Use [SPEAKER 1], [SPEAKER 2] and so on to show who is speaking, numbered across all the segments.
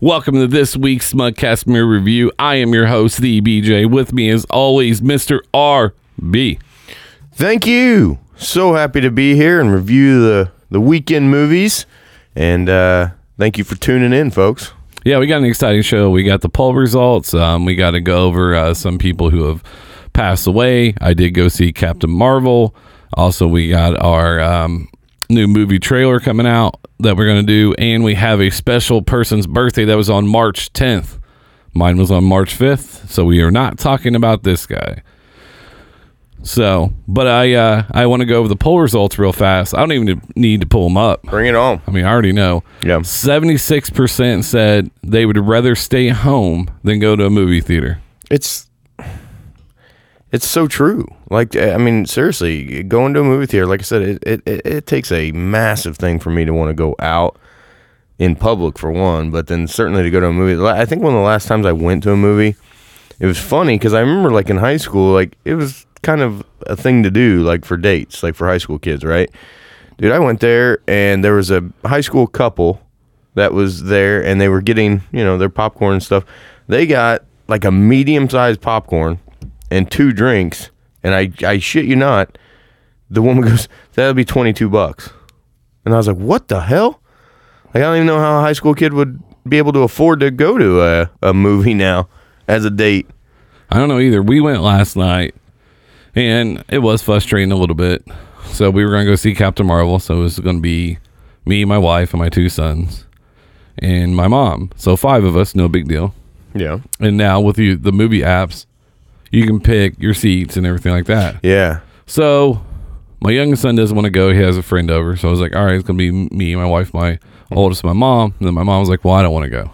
[SPEAKER 1] Welcome to this week's Smugcast Mirror Review. I am your host, the BJ. With me, as always, Mr. RB.
[SPEAKER 2] Thank you. So happy to be here and review the, the weekend movies. And uh, thank you for tuning in, folks.
[SPEAKER 1] Yeah, we got an exciting show. We got the poll results. Um, we got to go over uh, some people who have passed away. I did go see Captain Marvel. Also, we got our um, new movie trailer coming out that we're going to do. And we have a special person's birthday that was on March 10th. Mine was on March 5th. So we are not talking about this guy. So, but I uh, I want to go over the poll results real fast. I don't even need to pull them up.
[SPEAKER 2] Bring it on.
[SPEAKER 1] I mean, I already know.
[SPEAKER 2] Yeah.
[SPEAKER 1] 76% said they would rather stay home than go to a movie theater.
[SPEAKER 2] It's it's so true. Like I mean, seriously, going to a movie theater, like I said, it it, it, it takes a massive thing for me to want to go out in public for one, but then certainly to go to a movie. I think one of the last times I went to a movie, it was funny because I remember like in high school, like it was kind of a thing to do, like for dates, like for high school kids, right? Dude, I went there and there was a high school couple that was there and they were getting, you know, their popcorn and stuff. They got like a medium sized popcorn and two drinks. And I, I shit you not, the woman goes, that'll be 22 bucks. And I was like, what the hell? Like, I don't even know how a high school kid would be able to afford to go to a, a movie now as a date.
[SPEAKER 1] I don't know either. We went last night and it was frustrating a little bit. So we were going to go see Captain Marvel. So it was going to be me, my wife, and my two sons and my mom. So five of us, no big deal.
[SPEAKER 2] Yeah.
[SPEAKER 1] And now with you, the movie apps, you can pick your seats and everything like that.
[SPEAKER 2] Yeah.
[SPEAKER 1] So my youngest son doesn't want to go. He has a friend over. So I was like, all right, it's going to be me, my wife, my oldest, my mom. And then my mom was like, well, I don't want to go.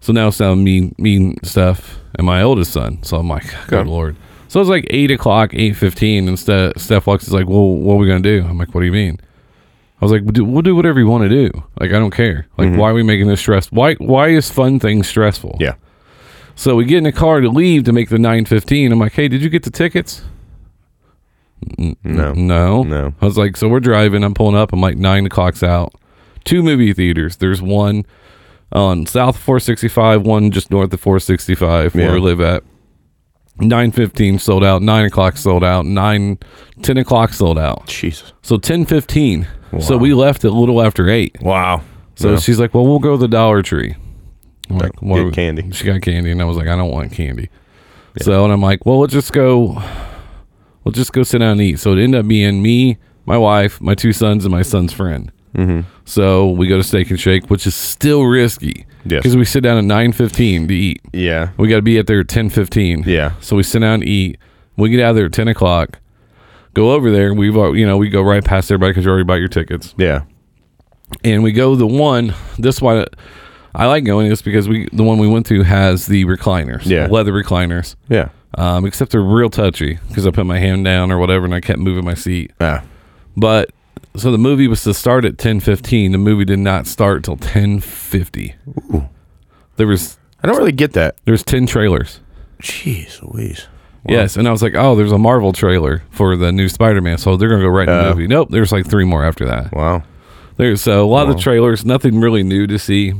[SPEAKER 1] So now it's now me, mean stuff and my oldest son. So I'm like, good
[SPEAKER 2] Okay.
[SPEAKER 1] Lord. So it's like 8 o'clock, 8.15. And Ste- Steph walks, is like, well, what are we going to do? I'm like, what do you mean? I was like, we'll do, we'll do whatever you want to do. Like, I don't care. Like, why are we making this stress? Why, why is fun things stressful?
[SPEAKER 2] Mm-hmm. Yeah.
[SPEAKER 1] So we get in the car to leave to make the 9:15. I'm like, "Hey, did you get the tickets?" N-
[SPEAKER 2] No.
[SPEAKER 1] no,
[SPEAKER 2] No.
[SPEAKER 1] I was like, "So we're driving. I'm pulling up. I'm like nine o'clock's out. Two movie theaters. There's one on South 465, one just north of 465 where
[SPEAKER 2] Yeah.
[SPEAKER 1] we live at. 9:15 sold out. Nine o'clock sold out. Nine, 10 o'clock sold out.
[SPEAKER 2] Jesus.
[SPEAKER 1] So 10:15. So we left a little after eight.
[SPEAKER 2] Wow.
[SPEAKER 1] So
[SPEAKER 2] Yeah.
[SPEAKER 1] she's like, "Well, we'll go to the Dollar Tree." I'm like,
[SPEAKER 2] Get
[SPEAKER 1] "What are we-"
[SPEAKER 2] candy.
[SPEAKER 1] She got candy, and I was like, "I don't want candy." So and I'm like, "Well, let's just go. We'll just go sit down and eat." So it ended up being me, my wife, my two sons, and my son's friend.
[SPEAKER 2] Mm-hmm.
[SPEAKER 1] So we go to Steak and Shake, which is still risky
[SPEAKER 2] Yes.
[SPEAKER 1] because we sit down at nine fifteen to eat.
[SPEAKER 2] Yeah.
[SPEAKER 1] We got to be at there at ten fifteen.
[SPEAKER 2] Yeah.
[SPEAKER 1] So we sit down and eat. We get out of there at ten o'clock. Go over there. We've al- you know we go right past everybody because you already bought your tickets
[SPEAKER 2] Yeah.
[SPEAKER 1] and we go the one this one i like going is because we the one we went to has the recliners
[SPEAKER 2] Yeah.
[SPEAKER 1] leather recliners
[SPEAKER 2] Yeah.
[SPEAKER 1] um, except they're real touchy because i put my hand down or whatever and i kept moving my seat
[SPEAKER 2] Ah.
[SPEAKER 1] but so the movie was to start at 10.15 the movie did not start till 10.50 there was
[SPEAKER 2] I don't really get that.
[SPEAKER 1] there's 10 trailers
[SPEAKER 2] Jeez Louise.
[SPEAKER 1] yes and i was like oh there's a marvel trailer for the new spider-man so they're gonna go right in the
[SPEAKER 2] Uh.
[SPEAKER 1] movie nope there's like three more after that
[SPEAKER 2] Wow.
[SPEAKER 1] there's so a lot of trailers nothing really new to see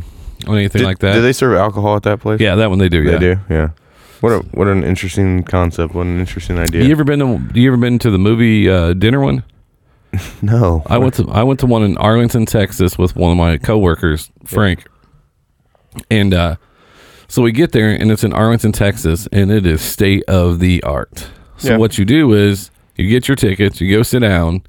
[SPEAKER 1] or anything like that
[SPEAKER 2] Do they serve alcohol at that place?
[SPEAKER 1] Yeah, that one they do.
[SPEAKER 2] They
[SPEAKER 1] yeah.
[SPEAKER 2] do. Yeah. What a, what an interesting concept. What an interesting idea.
[SPEAKER 1] You ever been to you ever been to the movie uh, dinner one?
[SPEAKER 2] no.
[SPEAKER 1] I went to I went to one in Arlington, Texas with one of my coworkers, Frank. And uh, so we get there and it's in Arlington, Texas, and it is state of the art. So
[SPEAKER 2] Yeah.
[SPEAKER 1] what you do is you get your tickets, you go sit down,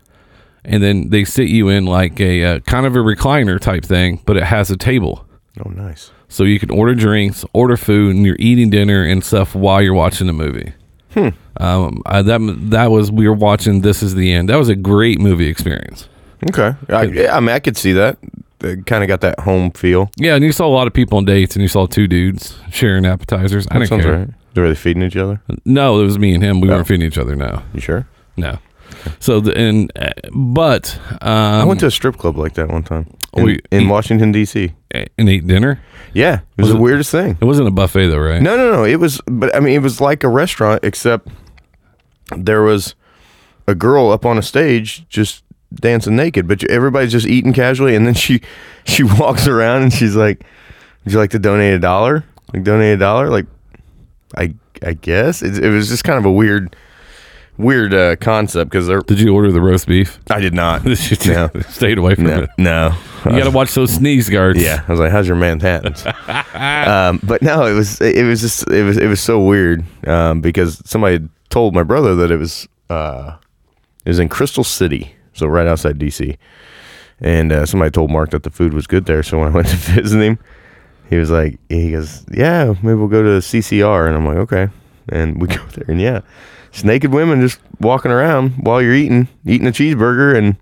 [SPEAKER 1] and then they sit you in like a uh, kind of a recliner type thing, but it has a table.
[SPEAKER 2] Oh, nice.
[SPEAKER 1] So you can order drinks, order food, and you're eating dinner and stuff while you're watching the movie.
[SPEAKER 2] Hmm.
[SPEAKER 1] Um, I, that that was we were watching. This is the end. That was a great movie experience.
[SPEAKER 2] Okay. I, yeah, I mean, I could see that. They kind of got that home feel.
[SPEAKER 1] Yeah, and you saw a lot of people on dates, and you saw two dudes sharing appetizers. I
[SPEAKER 2] That
[SPEAKER 1] didn't
[SPEAKER 2] sounds
[SPEAKER 1] care.
[SPEAKER 2] right. They're really feeding each other.
[SPEAKER 1] No, it was me and him. We
[SPEAKER 2] Oh.
[SPEAKER 1] weren't feeding each other. No,
[SPEAKER 2] You sure?
[SPEAKER 1] no. So the, and uh, but um,
[SPEAKER 2] I went to a strip club like that one time in,
[SPEAKER 1] We-
[SPEAKER 2] in Washington D.C.
[SPEAKER 1] and ate dinner.
[SPEAKER 2] Yeah, it was,
[SPEAKER 1] Was
[SPEAKER 2] the
[SPEAKER 1] it-
[SPEAKER 2] weirdest thing.
[SPEAKER 1] It wasn't a buffet though, right?
[SPEAKER 2] No, no, no. It was, but I mean, it was like a restaurant, except there was a girl up on a stage just dancing naked, but everybody's just eating casually, and then she she walks around and she's like, Would you like to donate a dollar? Like donate a dollar? Like, I I guess it, it was just kind of a weird, weird uh, concept because they're.
[SPEAKER 1] Did you order the roast beef?
[SPEAKER 2] I did not.
[SPEAKER 1] Yeah. Stayed away from
[SPEAKER 2] no,
[SPEAKER 1] it.
[SPEAKER 2] no.
[SPEAKER 1] You got to watch those sneeze guards.
[SPEAKER 2] Yeah, I was like, "How's your Manhattan's?" um, but no, it was it was just it was it was so weird um, because somebody had told my brother that it was uh, it was in Crystal City, so right outside DC, and uh, somebody told Mark that the food was good there. So when I went to visit him, he was like, he goes, "Yeah, maybe we'll go to CCR," and I'm like, "Okay," and we go there, and yeah, it's naked women just walking around while you're eating eating a cheeseburger and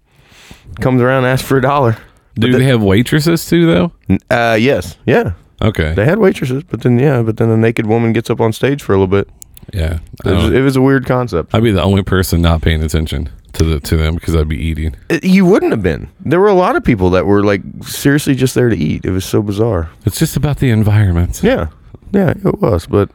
[SPEAKER 2] comes around and asks for a dollar.
[SPEAKER 1] Do they have waitresses too, though?
[SPEAKER 2] Uh, yes, yeah.
[SPEAKER 1] Okay.
[SPEAKER 2] They had waitresses, but then yeah, but then a naked woman gets up on stage for a little bit.
[SPEAKER 1] yeah. I
[SPEAKER 2] It was,
[SPEAKER 1] don't-
[SPEAKER 2] it was a weird concept.
[SPEAKER 1] I'd be the only person not paying attention to the to them because I'd be eating.
[SPEAKER 2] It- you wouldn't have been. There were a lot of people that were like seriously just there to eat. It was so bizarre.
[SPEAKER 1] It's just about the environment.
[SPEAKER 2] Yeah, yeah, it was. But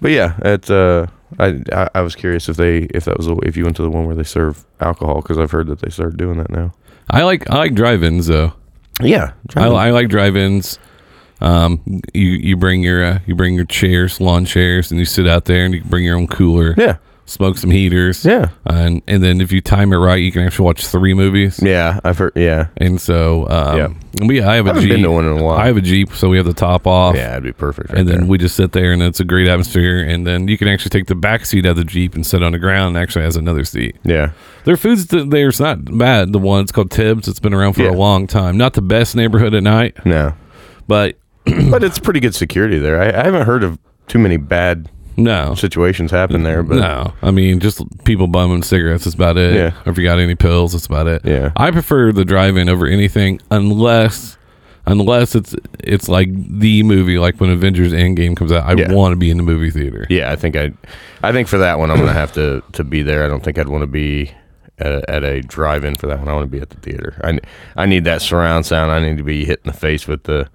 [SPEAKER 2] but yeah, it. Uh, I, I I was curious if they if that was the- if you went to the one where they serve alcohol because I've heard that they started doing that now.
[SPEAKER 1] I like I like drive-ins though.
[SPEAKER 2] Yeah,
[SPEAKER 1] I, I like drive-ins. Um, you you bring your uh, you bring your chairs, lawn chairs, and you sit out there, and you can bring your own cooler.
[SPEAKER 2] yeah,
[SPEAKER 1] Smoke some heaters.
[SPEAKER 2] yeah,
[SPEAKER 1] And and then if you time it right, you can actually watch three movies.
[SPEAKER 2] yeah. I've heard. Yeah,
[SPEAKER 1] And so um,
[SPEAKER 2] Yeah.
[SPEAKER 1] we I have a
[SPEAKER 2] I haven't
[SPEAKER 1] Jeep.
[SPEAKER 2] been to one in a while.
[SPEAKER 1] I have a Jeep, so we have the top off.
[SPEAKER 2] yeah, it'd be perfect. Right
[SPEAKER 1] and then
[SPEAKER 2] there.
[SPEAKER 1] we just sit there and it's a great atmosphere and then you can actually take the back seat of the jeep and sit on the ground and actually has another seat
[SPEAKER 2] yeah,
[SPEAKER 1] their food's th- there's not bad the one it's called tibbs it's been around for
[SPEAKER 2] Yeah.
[SPEAKER 1] a long time not the best neighborhood at night
[SPEAKER 2] no,
[SPEAKER 1] but
[SPEAKER 2] but it's pretty good security there. I, I haven't heard of too many bad
[SPEAKER 1] no
[SPEAKER 2] situations happen there, but
[SPEAKER 1] no i mean just people bumming cigarettes that's about it
[SPEAKER 2] Yeah.
[SPEAKER 1] if you got any pills that's about it
[SPEAKER 2] Yeah.
[SPEAKER 1] i prefer the drive-in over anything unless unless it's it's like the movie like when avengers endgame comes out i
[SPEAKER 2] Yeah.
[SPEAKER 1] want to be in the movie theater
[SPEAKER 2] yeah, I think I, I think for that one I'm gonna have to to be there. I don't think I'd want to be at a, at a drive-in for that one. I want to be at the theater. I I need that surround sound. I need to be hit in the face with the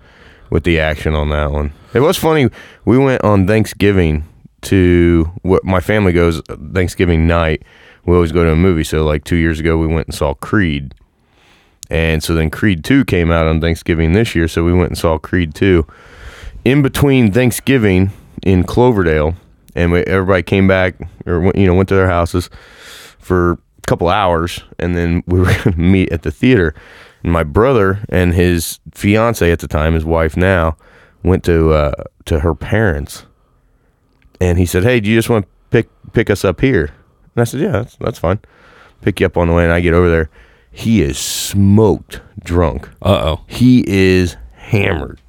[SPEAKER 2] with the action on that one. It was funny. We went on Thanksgiving to what my family goes Thanksgiving night. We always go to a movie. So like two years ago, we went and saw Creed. And so then Creed 2 came out on Thanksgiving this year, so we went and saw Creed 2. In between Thanksgiving in Cloverdale, and we, everybody came back or went, you know went to their houses for a couple hours, and then we were going to meet at the theater. And my brother and his fiance at the time, his wife now, went to uh, to her parents, and he said, "Hey, do you just want to pick pick us up here?" And I said, "Yeah, that's, that's fine. Pick you up on the way." And I get over there. He is smoked drunk.
[SPEAKER 1] uh-oh
[SPEAKER 2] He is hammered.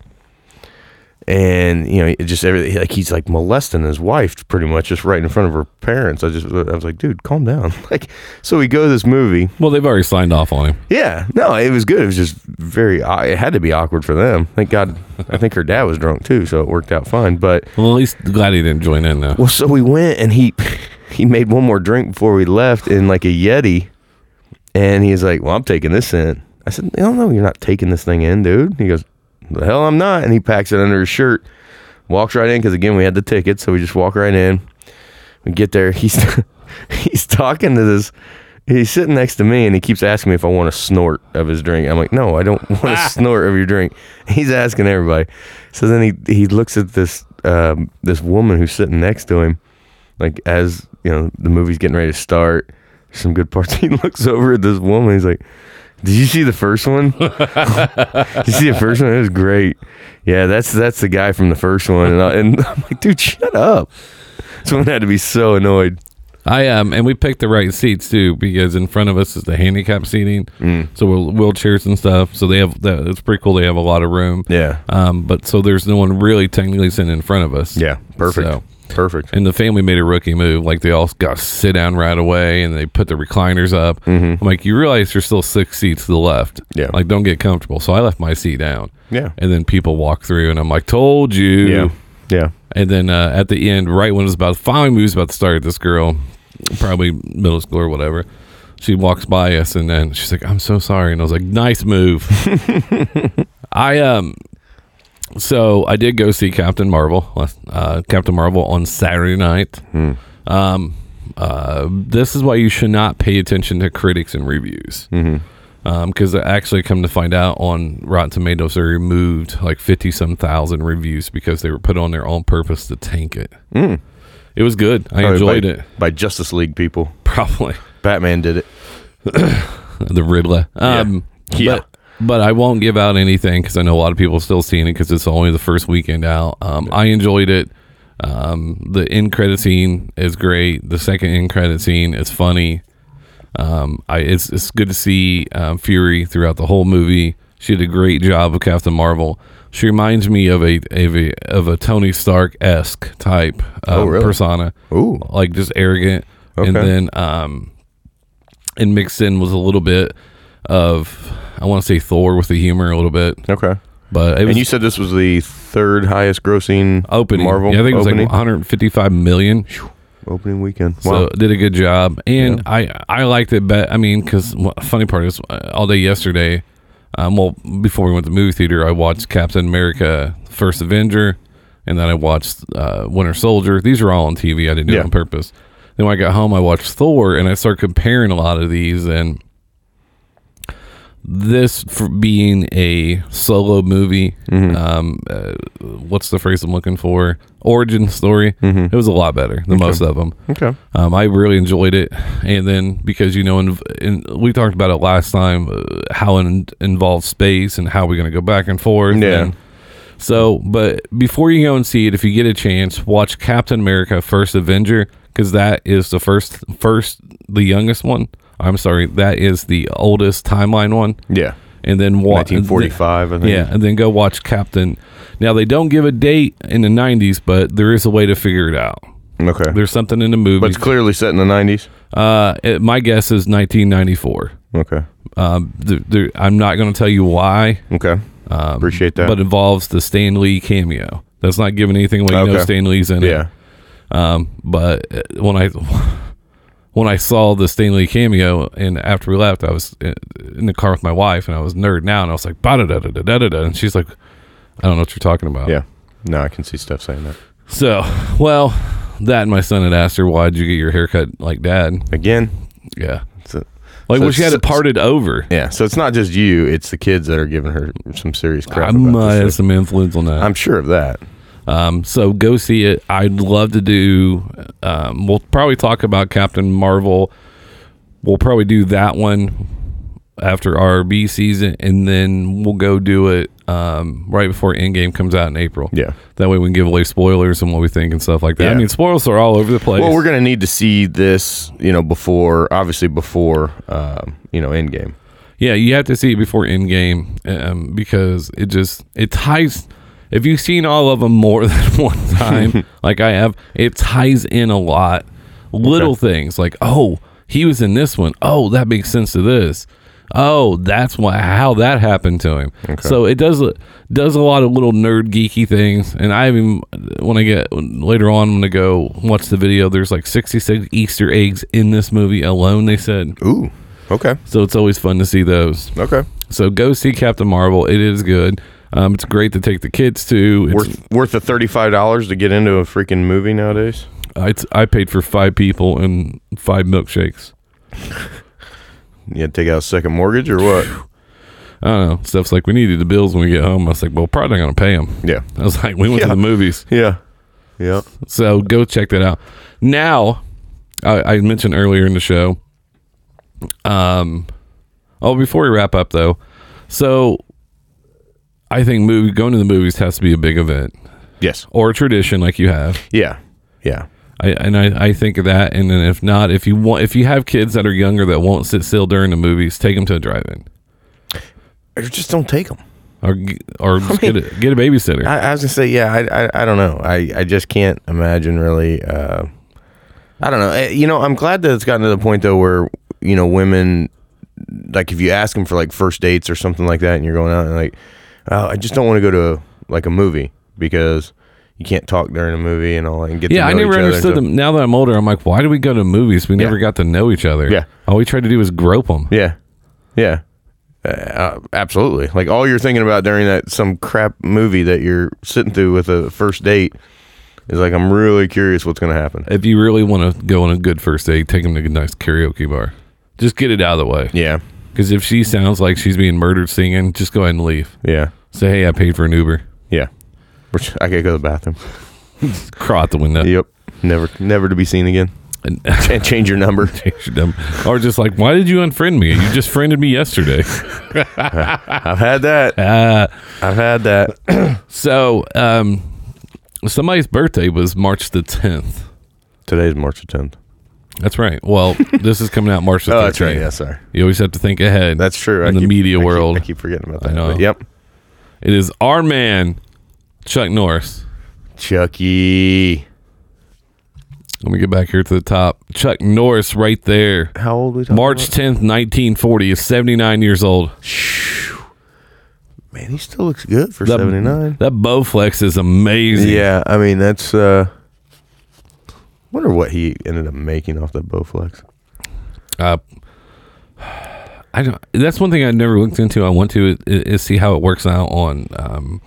[SPEAKER 2] And you know, it just everything like he's like molesting his wife pretty much just right in front of her parents. I just I was like, dude, calm down. Like so we go to this movie.
[SPEAKER 1] well they've already signed off on him
[SPEAKER 2] Yeah. No, it was good. It was just very aw- it had to be awkward for them. Thank God I think her dad was drunk too, so it worked out fine, but
[SPEAKER 1] Well, at least glad he didn't join in though.
[SPEAKER 2] well, so we went and he he made one more drink before we left in like a Yeti, and he's like, "Well, I'm taking this in." I said, "No, no, you're not taking this thing in, dude." He goes, "The hell, I'm not." And he packs it under his shirt, walks right in because again we had the ticket, so we just walk right in. We get there, he's he's talking to this. He's sitting next to me and he keeps asking me if I want a snort of his drink. I'm like, no, I don't want a snort of your drink. He's asking everybody. So then he he looks at this um, this woman who's sitting next to him, like as you know the movie's getting ready to start. Some good parts. He looks over at this woman. He's like, "Did you see the first one? Did you see the first one? It was great. Yeah, that's that's the guy from the first one." And, I, and I'm like, "Dude, shut up!" Someone had to be so annoyed.
[SPEAKER 1] I um, and we picked the right seats too because in front of us is the handicap seating,
[SPEAKER 2] Mm.
[SPEAKER 1] so we're wheelchairs and stuff. So they have that. It's pretty cool. They have a lot of room.
[SPEAKER 2] Yeah.
[SPEAKER 1] Um, but so there's no one really technically sitting in front of us.
[SPEAKER 2] Yeah. Perfect.
[SPEAKER 1] So-
[SPEAKER 2] Perfect.
[SPEAKER 1] And the family made a rookie move. Like they all got to sit down right away, and they put the recliners up. I'm like, you realize there's still six seats to the left.
[SPEAKER 2] Mm-hmm. Yeah.
[SPEAKER 1] Like, don't get comfortable. So I left my seat down.
[SPEAKER 2] Yeah.
[SPEAKER 1] And then people walk through, and I'm like, told you.
[SPEAKER 2] Yeah. Yeah.
[SPEAKER 1] And then uh, at the end, right when it's about finally moves about to start, this girl, probably middle school or whatever, she walks by us and then she's like, "I'm so sorry," and I was like, "Nice move." I um, so I did go see Captain Marvel, last- uh, Captain Marvel on Saturday night. Um, uh, this is why you should not pay attention to critics and reviews. because I actually come to find out on Rotten Tomatoes, they removed like 50 some thousand reviews because they were put on there on purpose to tank it. It was good. I
[SPEAKER 2] Probably
[SPEAKER 1] enjoyed
[SPEAKER 2] by,
[SPEAKER 1] it.
[SPEAKER 2] by Justice League people.
[SPEAKER 1] Probably
[SPEAKER 2] Batman did it.
[SPEAKER 1] the Riddler. Um,
[SPEAKER 2] Yeah.
[SPEAKER 1] But, but I won't give out anything because I know a lot of people still seeing it because it's only the first weekend out. Um, I enjoyed it. Um, the end credit scene is great. The second end credit scene is funny. Um, I it's it's good to see um, Fury throughout the whole movie. She did a great job of Captain Marvel. She reminds me of a of a, of a Tony Stark esque type um,
[SPEAKER 2] Oh, really?
[SPEAKER 1] persona
[SPEAKER 2] Ooh.
[SPEAKER 1] like just arrogant and
[SPEAKER 2] Okay.
[SPEAKER 1] then um and mixed in was a little bit of i want to say thor with the humor a little bit
[SPEAKER 2] Okay.
[SPEAKER 1] but it was
[SPEAKER 2] And you said this was the third highest grossing
[SPEAKER 1] opening
[SPEAKER 2] Marvel
[SPEAKER 1] yeah, i think it was
[SPEAKER 2] opening
[SPEAKER 1] like 155 million
[SPEAKER 2] opening weekend.
[SPEAKER 1] so
[SPEAKER 2] Wow.
[SPEAKER 1] did a good job and i i liked it but i mean because funny part is uh, all day yesterday um well before we went to the movie theater i watched captain america first avenger and then i watched uh winter soldier these are all on tv i didn't do
[SPEAKER 2] Yeah.
[SPEAKER 1] it on purpose then when i got home i watched thor and i started comparing a lot of these and this for being a solo movie
[SPEAKER 2] Mm-hmm.
[SPEAKER 1] um uh, what's the phrase i'm looking for origin story it was a lot better than most of them
[SPEAKER 2] Mm-hmm. okay.
[SPEAKER 1] um, I really enjoyed it, and then because you know, in, in, we talked about it last time, uh, how it in, involves space and how we're going to go back and forth.
[SPEAKER 2] Yeah.
[SPEAKER 1] and- so, but before you go and see it, if you get a chance, watch Captain America: First Avenger because that is the first, first, the youngest one. I'm sorry, that is the oldest timeline one,
[SPEAKER 2] Yeah.
[SPEAKER 1] and then watch
[SPEAKER 2] 1945, I think.
[SPEAKER 1] yeah, and then go watch Captain. Now they don't give a date in the '90s, but there is a way to figure it out.
[SPEAKER 2] Okay.
[SPEAKER 1] There's something in the movie.
[SPEAKER 2] but it's clearly set in the 90s.
[SPEAKER 1] Uh, it, my guess is 1994.
[SPEAKER 2] Okay.
[SPEAKER 1] Um, th- there, I'm not going to tell you why,
[SPEAKER 2] Okay. Appreciate that.
[SPEAKER 1] Um, but involves the Stan Lee cameo. That's not giving anything away. You know
[SPEAKER 2] Okay.
[SPEAKER 1] Stan Lee's in it.
[SPEAKER 2] yeah.
[SPEAKER 1] But uh, when I when I saw the Stan Lee cameo, and after we left, I was uh, in the car with my wife, and I was nerding out, and I was like, da da da da da da da, and she's like, I don't know what you're talking about.
[SPEAKER 2] Yeah. No, I can see stuff saying that.
[SPEAKER 1] So, well, that and my son had asked her, "Why'd you get your haircut like Dad?"
[SPEAKER 2] Again,
[SPEAKER 1] Yeah.
[SPEAKER 2] it's a-
[SPEAKER 1] Like,
[SPEAKER 2] So
[SPEAKER 1] well, she had
[SPEAKER 2] it's-
[SPEAKER 1] it parted over.
[SPEAKER 2] yeah. So it's not just you, it's the kids that are giving her some serious crap.
[SPEAKER 1] I
[SPEAKER 2] about this
[SPEAKER 1] might have
[SPEAKER 2] shit.
[SPEAKER 1] some influence on that.
[SPEAKER 2] I'm sure of that.
[SPEAKER 1] Um, so go see it. I'd love to do. Um, we'll probably talk about Captain Marvel. We'll probably do that one after our B season, and then we'll go do it um, right before Endgame comes out in April.
[SPEAKER 2] Yeah.
[SPEAKER 1] That way we can give away spoilers and what we think and stuff like that. I
[SPEAKER 2] Yeah.
[SPEAKER 1] mean, spoilers are all over the place.
[SPEAKER 2] Well, we're going to need to see this, you know, before, obviously before, um, you know, Endgame.
[SPEAKER 1] Yeah, you have to see it before Endgame um, because it just it ties. If you've seen all of them more than one time, like I have, it ties in a lot. Little things like, oh, he was in this one. Oh, that makes sense to this. Oh, that's why how that happened to him. So it does does a lot of little nerd geeky things. And I even when I get later on, I'm gonna go watch the video. There's like 66 Easter eggs in this movie alone. They said
[SPEAKER 2] Ooh. Okay.
[SPEAKER 1] so. It's always fun to see those.
[SPEAKER 2] Okay.
[SPEAKER 1] So go see Captain Marvel. It is good. Um, it's great to take the kids to. It's,
[SPEAKER 2] Worth worth the thirty five dollars to get into a freaking movie nowadays.
[SPEAKER 1] I, I paid for five people and five milkshakes.
[SPEAKER 2] You had to take out a second mortgage or what?
[SPEAKER 1] I don't know. Stuff's like we needed the bills when we get home. I was like, well, probably not gonna pay them.
[SPEAKER 2] Yeah.
[SPEAKER 1] I was like, we went
[SPEAKER 2] Yeah.
[SPEAKER 1] to the movies,
[SPEAKER 2] Yeah. Yeah.
[SPEAKER 1] so go check that out. Now, I, I mentioned earlier in the show. Um, oh, before we wrap up though, so I think movie going to the movies has to be a big event
[SPEAKER 2] Yes.
[SPEAKER 1] or a tradition like you have.
[SPEAKER 2] Yeah. Yeah.
[SPEAKER 1] I, and I, I think of that and then if not if you want if you have kids that are younger that won't sit still during the movies take them to a drive-in
[SPEAKER 2] Or just don't take them.
[SPEAKER 1] or g- or just get a get a babysitter
[SPEAKER 2] I, I was gonna say yeah. I, I I don't know. I I just can't imagine really. Uh, I don't know. Eh, You know, I'm glad that it's gotten to the point though where you know women like if you ask them for like first dates or something like that, and you're going out and like, oh, I just don't want to go to like a movie because you can't talk during a movie and all that and get.
[SPEAKER 1] yeah
[SPEAKER 2] to
[SPEAKER 1] I
[SPEAKER 2] know
[SPEAKER 1] never
[SPEAKER 2] each other and
[SPEAKER 1] understood
[SPEAKER 2] stuff.
[SPEAKER 1] them now that I'm older I'm like why do we go to movies we never got to know each other
[SPEAKER 2] Yeah.
[SPEAKER 1] all we tried to do was grope them
[SPEAKER 2] Yeah, yeah, uh, uh, absolutely. Like all you're thinking about during that some crap movie that you're sitting through with a first date is like, I'm really curious what's gonna happen.
[SPEAKER 1] if you really want to go on a good first date take them to a nice karaoke bar just get it out of the way
[SPEAKER 2] Yeah,
[SPEAKER 1] Because if she sounds like she's being murdered singing, just go ahead and leave.
[SPEAKER 2] Yeah.
[SPEAKER 1] Say, hey, I paid for an Uber.
[SPEAKER 2] Yeah. Which I gotta go to the bathroom.
[SPEAKER 1] Crawl out the window.
[SPEAKER 2] Yep. Never, never to be seen again.
[SPEAKER 1] And-
[SPEAKER 2] Can't change your number.
[SPEAKER 1] or just like, why did you unfriend me? You just friended me yesterday.
[SPEAKER 2] I've had that.
[SPEAKER 1] Uh,
[SPEAKER 2] I've had that.
[SPEAKER 1] so, um, somebody's birthday was March the 10th.
[SPEAKER 2] Today's March the 10th.
[SPEAKER 1] That's right. Well, this is coming out March the 13th.
[SPEAKER 2] Oh, that's right. Yeah, sorry.
[SPEAKER 1] You always have to think ahead.
[SPEAKER 2] That's true.
[SPEAKER 1] In the media
[SPEAKER 2] I
[SPEAKER 1] world.
[SPEAKER 2] I keep forgetting about
[SPEAKER 1] I
[SPEAKER 2] that.
[SPEAKER 1] know.
[SPEAKER 2] but Yep.
[SPEAKER 1] It is our man, Chuck Norris.
[SPEAKER 2] Chucky.
[SPEAKER 1] Let me get back here to the top. Chuck Norris, right there.
[SPEAKER 2] How old was
[SPEAKER 1] March 10th, 1940, is 79 years old.
[SPEAKER 2] Man, he still looks good for
[SPEAKER 1] That-
[SPEAKER 2] 79.
[SPEAKER 1] That Bowflex is amazing.
[SPEAKER 2] Yeah, I mean, that's. uh wonder what he ended up making off that Bowflex.
[SPEAKER 1] Uh, I don't. That's one thing I never looked into. I want to is, is see how it works out on um,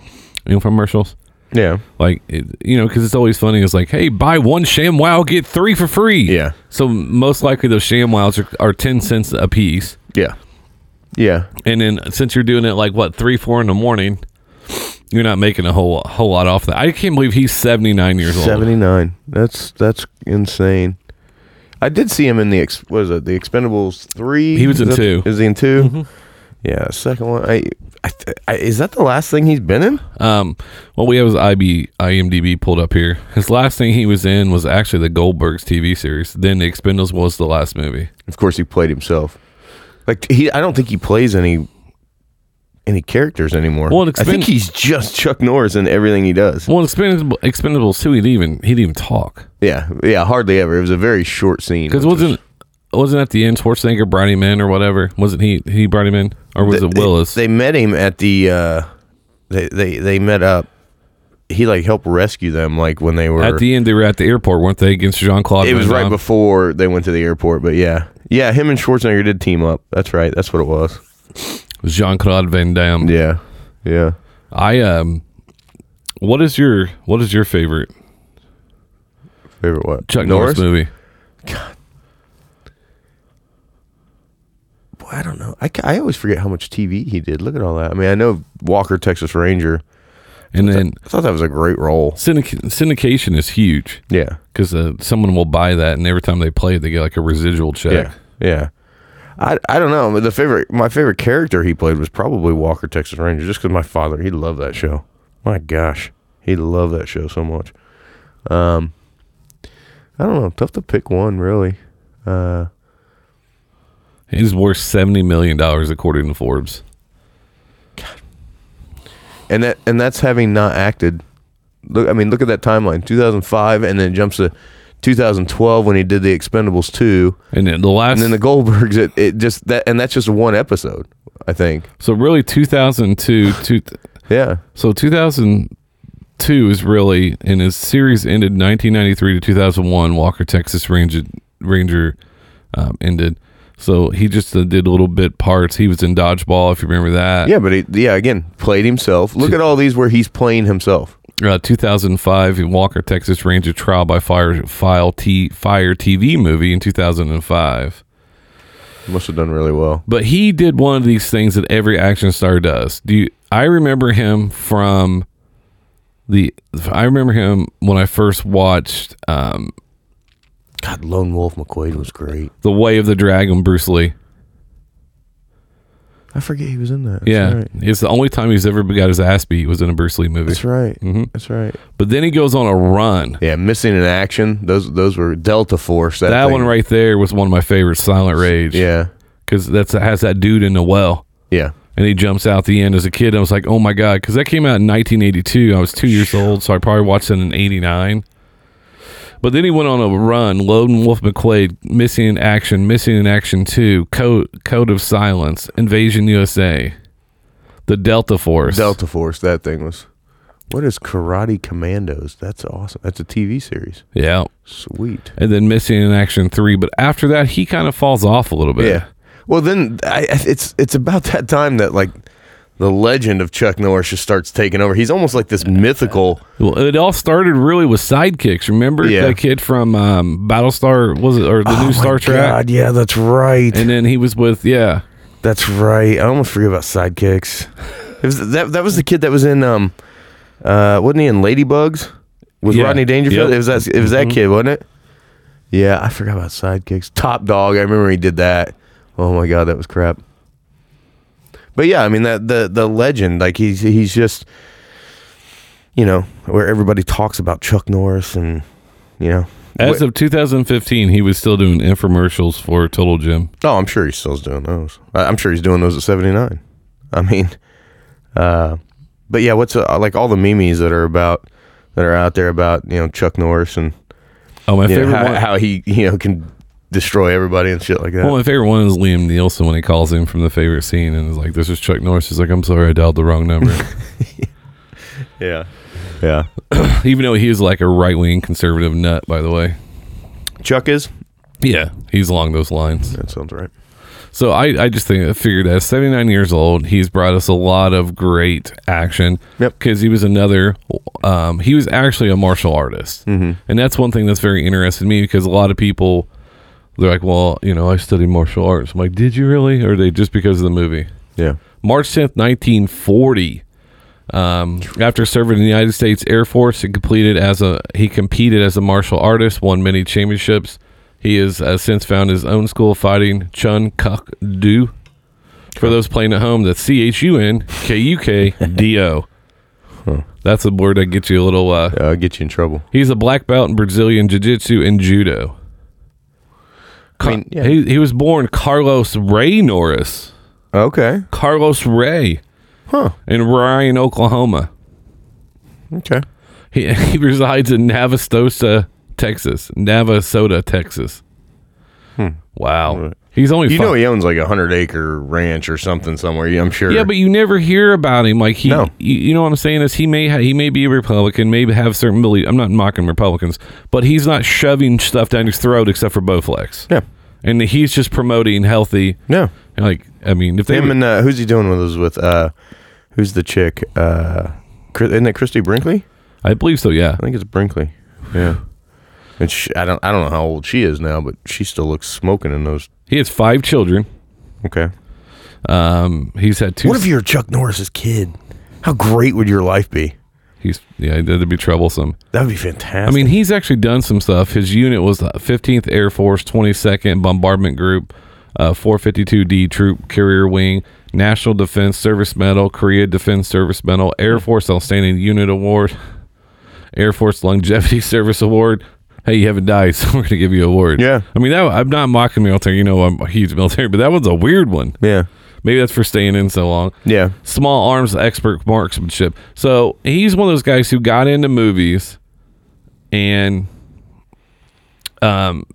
[SPEAKER 1] infomercials.
[SPEAKER 2] Yeah.
[SPEAKER 1] Like it, you know, because it's always funny. It's like, hey, buy one sham wow, get three for free.
[SPEAKER 2] Yeah.
[SPEAKER 1] So most likely those sham wows are, are ten cents a piece,
[SPEAKER 2] Yeah. Yeah.
[SPEAKER 1] and then since you're doing it like what three four in the morning, you're not making a whole whole lot off that. I can't believe he's seventy nine years old.
[SPEAKER 2] 79. That's that's insane. I did see him in the ex, what is it? The Expendables 3.
[SPEAKER 1] He was
[SPEAKER 2] Is
[SPEAKER 1] in
[SPEAKER 2] that-
[SPEAKER 1] two. Mm-hmm.
[SPEAKER 2] Is he in 2? Yeah, second one. I, I, I is that the last thing he's been in?
[SPEAKER 1] Um, what we have is IB IMDb pulled up here. His last thing he was in was actually the Goldbergs TV series. Then the Expendables was the last movie.
[SPEAKER 2] Of course he played himself. Like he I don't think he plays any any characters anymore.
[SPEAKER 1] Well, in
[SPEAKER 2] I think
[SPEAKER 1] Expend-
[SPEAKER 2] he's just Chuck Norris in everything he does.
[SPEAKER 1] Well, in Expendable, Expendables two, he didn't even he didn't even talk
[SPEAKER 2] Yeah. Yeah, hardly ever. It was a very short scene.
[SPEAKER 1] because
[SPEAKER 2] which was-
[SPEAKER 1] wasn't wasn't at the end Schwarzenegger brought him in or whatever? Wasn't he he brought him in or was it
[SPEAKER 2] they-
[SPEAKER 1] Willis?
[SPEAKER 2] They, met him at the uh they, they they met up. He like helped rescue them like when they were
[SPEAKER 1] at the end, they were at the airport, weren't they? Against Jean Claude.
[SPEAKER 2] It was right before they went to the airport, but yeah. Yeah, him and Schwarzenegger did team up. That's right. That's what it was.
[SPEAKER 1] Jean Claude Van Damme.
[SPEAKER 2] Yeah. Yeah.
[SPEAKER 1] I um, what is your what is your favorite
[SPEAKER 2] Favorite what?
[SPEAKER 1] Chuck Norris, movie?
[SPEAKER 2] Boy, I don't know. I, ca- I always forget how much TV he did. Look at all that. I mean, I know Walker, Texas Ranger.
[SPEAKER 1] And then
[SPEAKER 2] I thought that was a great role.
[SPEAKER 1] syndic- syndication is huge.
[SPEAKER 2] Yeah.
[SPEAKER 1] because uh, someone will buy that, and every time they play it, they get like a residual check.
[SPEAKER 2] Yeah. Yeah. I, I don't know. The favorite my favorite character he played was probably Walker Texas Ranger, just because my father he loved that show. My gosh, he loved that show so much. Um, I don't know. Tough to pick one really. Uh,
[SPEAKER 1] He's worth seventy million dollars according to Forbes.
[SPEAKER 2] and that and that's having not acted. Look, I mean, look at that timeline: 2005, and then it jumps to 2012 when he did the Expendables 2.
[SPEAKER 1] And then the last,
[SPEAKER 2] and then the Goldbergs. It, it just that, and that's just one episode, I think.
[SPEAKER 1] so really, two thousand two, two,
[SPEAKER 2] Yeah,
[SPEAKER 1] so two thousand two is really, and his series ended nineteen ninety three to two thousand one. Walker Texas Ranger Ranger um, ended. So he just uh, did little bit parts. He was in dodgeball, if you remember that.
[SPEAKER 2] yeah, but he, yeah, again, played himself. Look at all these where he's playing himself.
[SPEAKER 1] Uh, 2005, in Walker Texas Ranger Trial by Fire File T Fire TV movie in 2005.
[SPEAKER 2] Must have done really well.
[SPEAKER 1] but he did one of these things that every action star does. Do you, I remember him from the? I remember him when I first watched um,
[SPEAKER 2] God, Lone Wolf McQuade was great.
[SPEAKER 1] the Way of the Dragon, Bruce Lee.
[SPEAKER 2] I forget he was in that. That's
[SPEAKER 1] yeah,
[SPEAKER 2] right.
[SPEAKER 1] it's the only time he's ever got his ass beat was in a Bruce Lee movie.
[SPEAKER 2] that's right. That's right.
[SPEAKER 1] But then he goes on a run.
[SPEAKER 2] Yeah, missing in action. Those those were Delta Force. That,
[SPEAKER 1] That
[SPEAKER 2] thing.
[SPEAKER 1] one right there was one of my favorites, Silent Rage.
[SPEAKER 2] Yeah,
[SPEAKER 1] because that's has that dude in the well.
[SPEAKER 2] yeah.
[SPEAKER 1] and he jumps out the end as a kid. I was like, oh my god, because that came out in 1982. I was two years old, so I probably watched it in '89. But then he went on a run, Lone Wolf McQuade, Missing in Action, Missing in Action Two, Code Code of Silence, Invasion USA, The Delta Force.
[SPEAKER 2] Delta Force. That thing was. What is Karate Commandos? That's awesome. That's a TV series.
[SPEAKER 1] Yeah,
[SPEAKER 2] Sweet.
[SPEAKER 1] and then Missing in Action Three. But after that, he kind of falls off a little bit.
[SPEAKER 2] Yeah. Well, then I, I- it's it's about that time that like the legend of Chuck Norris just starts taking over. He's almost like this mythical.
[SPEAKER 1] Well, it all started really with sidekicks. Remember
[SPEAKER 2] Yeah. Oh,
[SPEAKER 1] that kid from um, Battlestar? Was it or the new Star Trek?
[SPEAKER 2] yeah, that's right.
[SPEAKER 1] And then he was with yeah.
[SPEAKER 2] That's right. I almost forgot about sidekicks. It was, that that was the kid that was in um, uh, wasn't he in Ladybugs with
[SPEAKER 1] Yeah.
[SPEAKER 2] Rodney Dangerfield?
[SPEAKER 1] Yep. Mm-hmm.
[SPEAKER 2] It was that it was that kid, wasn't it? Yeah, I forgot about sidekicks. Top Dog. I remember he did that. Oh my god, that was crap. But yeah, I mean that the the legend, like he's he's just, you know, where everybody talks about Chuck Norris and, you know,
[SPEAKER 1] As of 2015, he was still doing infomercials for Total Gym.
[SPEAKER 2] Oh, I'm sure he still's doing those. I- I'm sure he's doing those at 79. I mean, uh, but yeah, what's uh, like all the memes that are about that are out there about you know Chuck Norris and
[SPEAKER 1] Oh, my
[SPEAKER 2] you know,
[SPEAKER 1] favorite
[SPEAKER 2] how,
[SPEAKER 1] one.
[SPEAKER 2] how he you know can destroy everybody and shit like that.
[SPEAKER 1] Well, my favorite one is Liam Nielsen when he calls in from the favorite scene and is like, "This is Chuck Norris." He's like, "I'm sorry, I dialed the wrong number."
[SPEAKER 2] yeah, yeah.
[SPEAKER 1] Even though he is like a right wing conservative nut, by the way.
[SPEAKER 2] Chuck is.
[SPEAKER 1] Yeah, he's along those lines.
[SPEAKER 2] That sounds right.
[SPEAKER 1] So I, I just think I figured at 79 years old, he's brought us a lot of great action.
[SPEAKER 2] Yep.
[SPEAKER 1] Because he was another, um, he was actually a martial artist, mm-hmm. and that's one thing that's very interesting to me because a lot of people, they're like, "Well, you know, I study martial arts." I'm like, "Did you really?" Or they just because of the movie?
[SPEAKER 2] Yeah.
[SPEAKER 1] March 10th, 1940. Um, after serving in the United States Air Force, he completed as a he competed as a martial artist, won many championships. He has uh, since found his own school of fighting, Chun Kuk Do. For those playing at home, that's C H U N K U K D O. That's a word that gets you a little. Uh,
[SPEAKER 2] Uh, get you in trouble.
[SPEAKER 1] He's a black belt in Brazilian Jiu Jitsu and Judo.
[SPEAKER 2] I mean, yeah.
[SPEAKER 1] He, he was born Carlos Ray Norris.
[SPEAKER 2] Okay.
[SPEAKER 1] Carlos Ray
[SPEAKER 2] Huh.
[SPEAKER 1] in Ryan, Oklahoma.
[SPEAKER 2] Okay.
[SPEAKER 1] He, he resides in Navastosa, Texas. Navasota, Texas. Wow.
[SPEAKER 2] Hmm. Right.
[SPEAKER 1] He's only
[SPEAKER 2] You
[SPEAKER 1] fi-
[SPEAKER 2] know he owns like a hundred acre ranch or something somewhere. yeah, I'm sure.
[SPEAKER 1] yeah, but you never hear about him. Like he,
[SPEAKER 2] No.
[SPEAKER 1] you, you know what I'm saying is he may ha- he may be a Republican, maybe have certain beliefs. I'm not mocking Republicans, but he's not shoving stuff down his throat except for Bowflex,
[SPEAKER 2] yeah,
[SPEAKER 1] and he's just promoting healthy.
[SPEAKER 2] yeah.
[SPEAKER 1] Like I mean, if they
[SPEAKER 2] Him and uh, who's he doing with those with? Uh, who's the chick? Uh, Chris- isn't it Christy Brinkley?
[SPEAKER 1] I believe so, yeah.
[SPEAKER 2] I think it's Brinkley. Yeah. And she, I don't I don't know how old she is now, but she still looks smoking in those.
[SPEAKER 1] He has five children.
[SPEAKER 2] Okay.
[SPEAKER 1] Um, he's had two.
[SPEAKER 2] What if you were Chuck Norris's kid? How great would your life be?
[SPEAKER 1] he's yeah, that'd be troublesome.
[SPEAKER 2] That would be
[SPEAKER 1] I
[SPEAKER 2] fantastic.
[SPEAKER 1] mean, he's actually done some stuff. His unit was the 15th Air Force, 22nd Bombardment Group, uh, 452D Troop Carrier Wing, National Defense Service Medal, Korea Defense Service Medal, Air Force Outstanding Unit Award, Air Force Longevity Service Award. Hey, you haven't died, so we're going to give you an award.
[SPEAKER 2] Yeah.
[SPEAKER 1] I mean, that, I'm not mocking military. You know, I'm a huge military, but that was a weird one.
[SPEAKER 2] yeah,
[SPEAKER 1] Maybe that's for staying in so long
[SPEAKER 2] yeah,
[SPEAKER 1] small arms expert marksmanship. So he's one of those guys who got into movies and um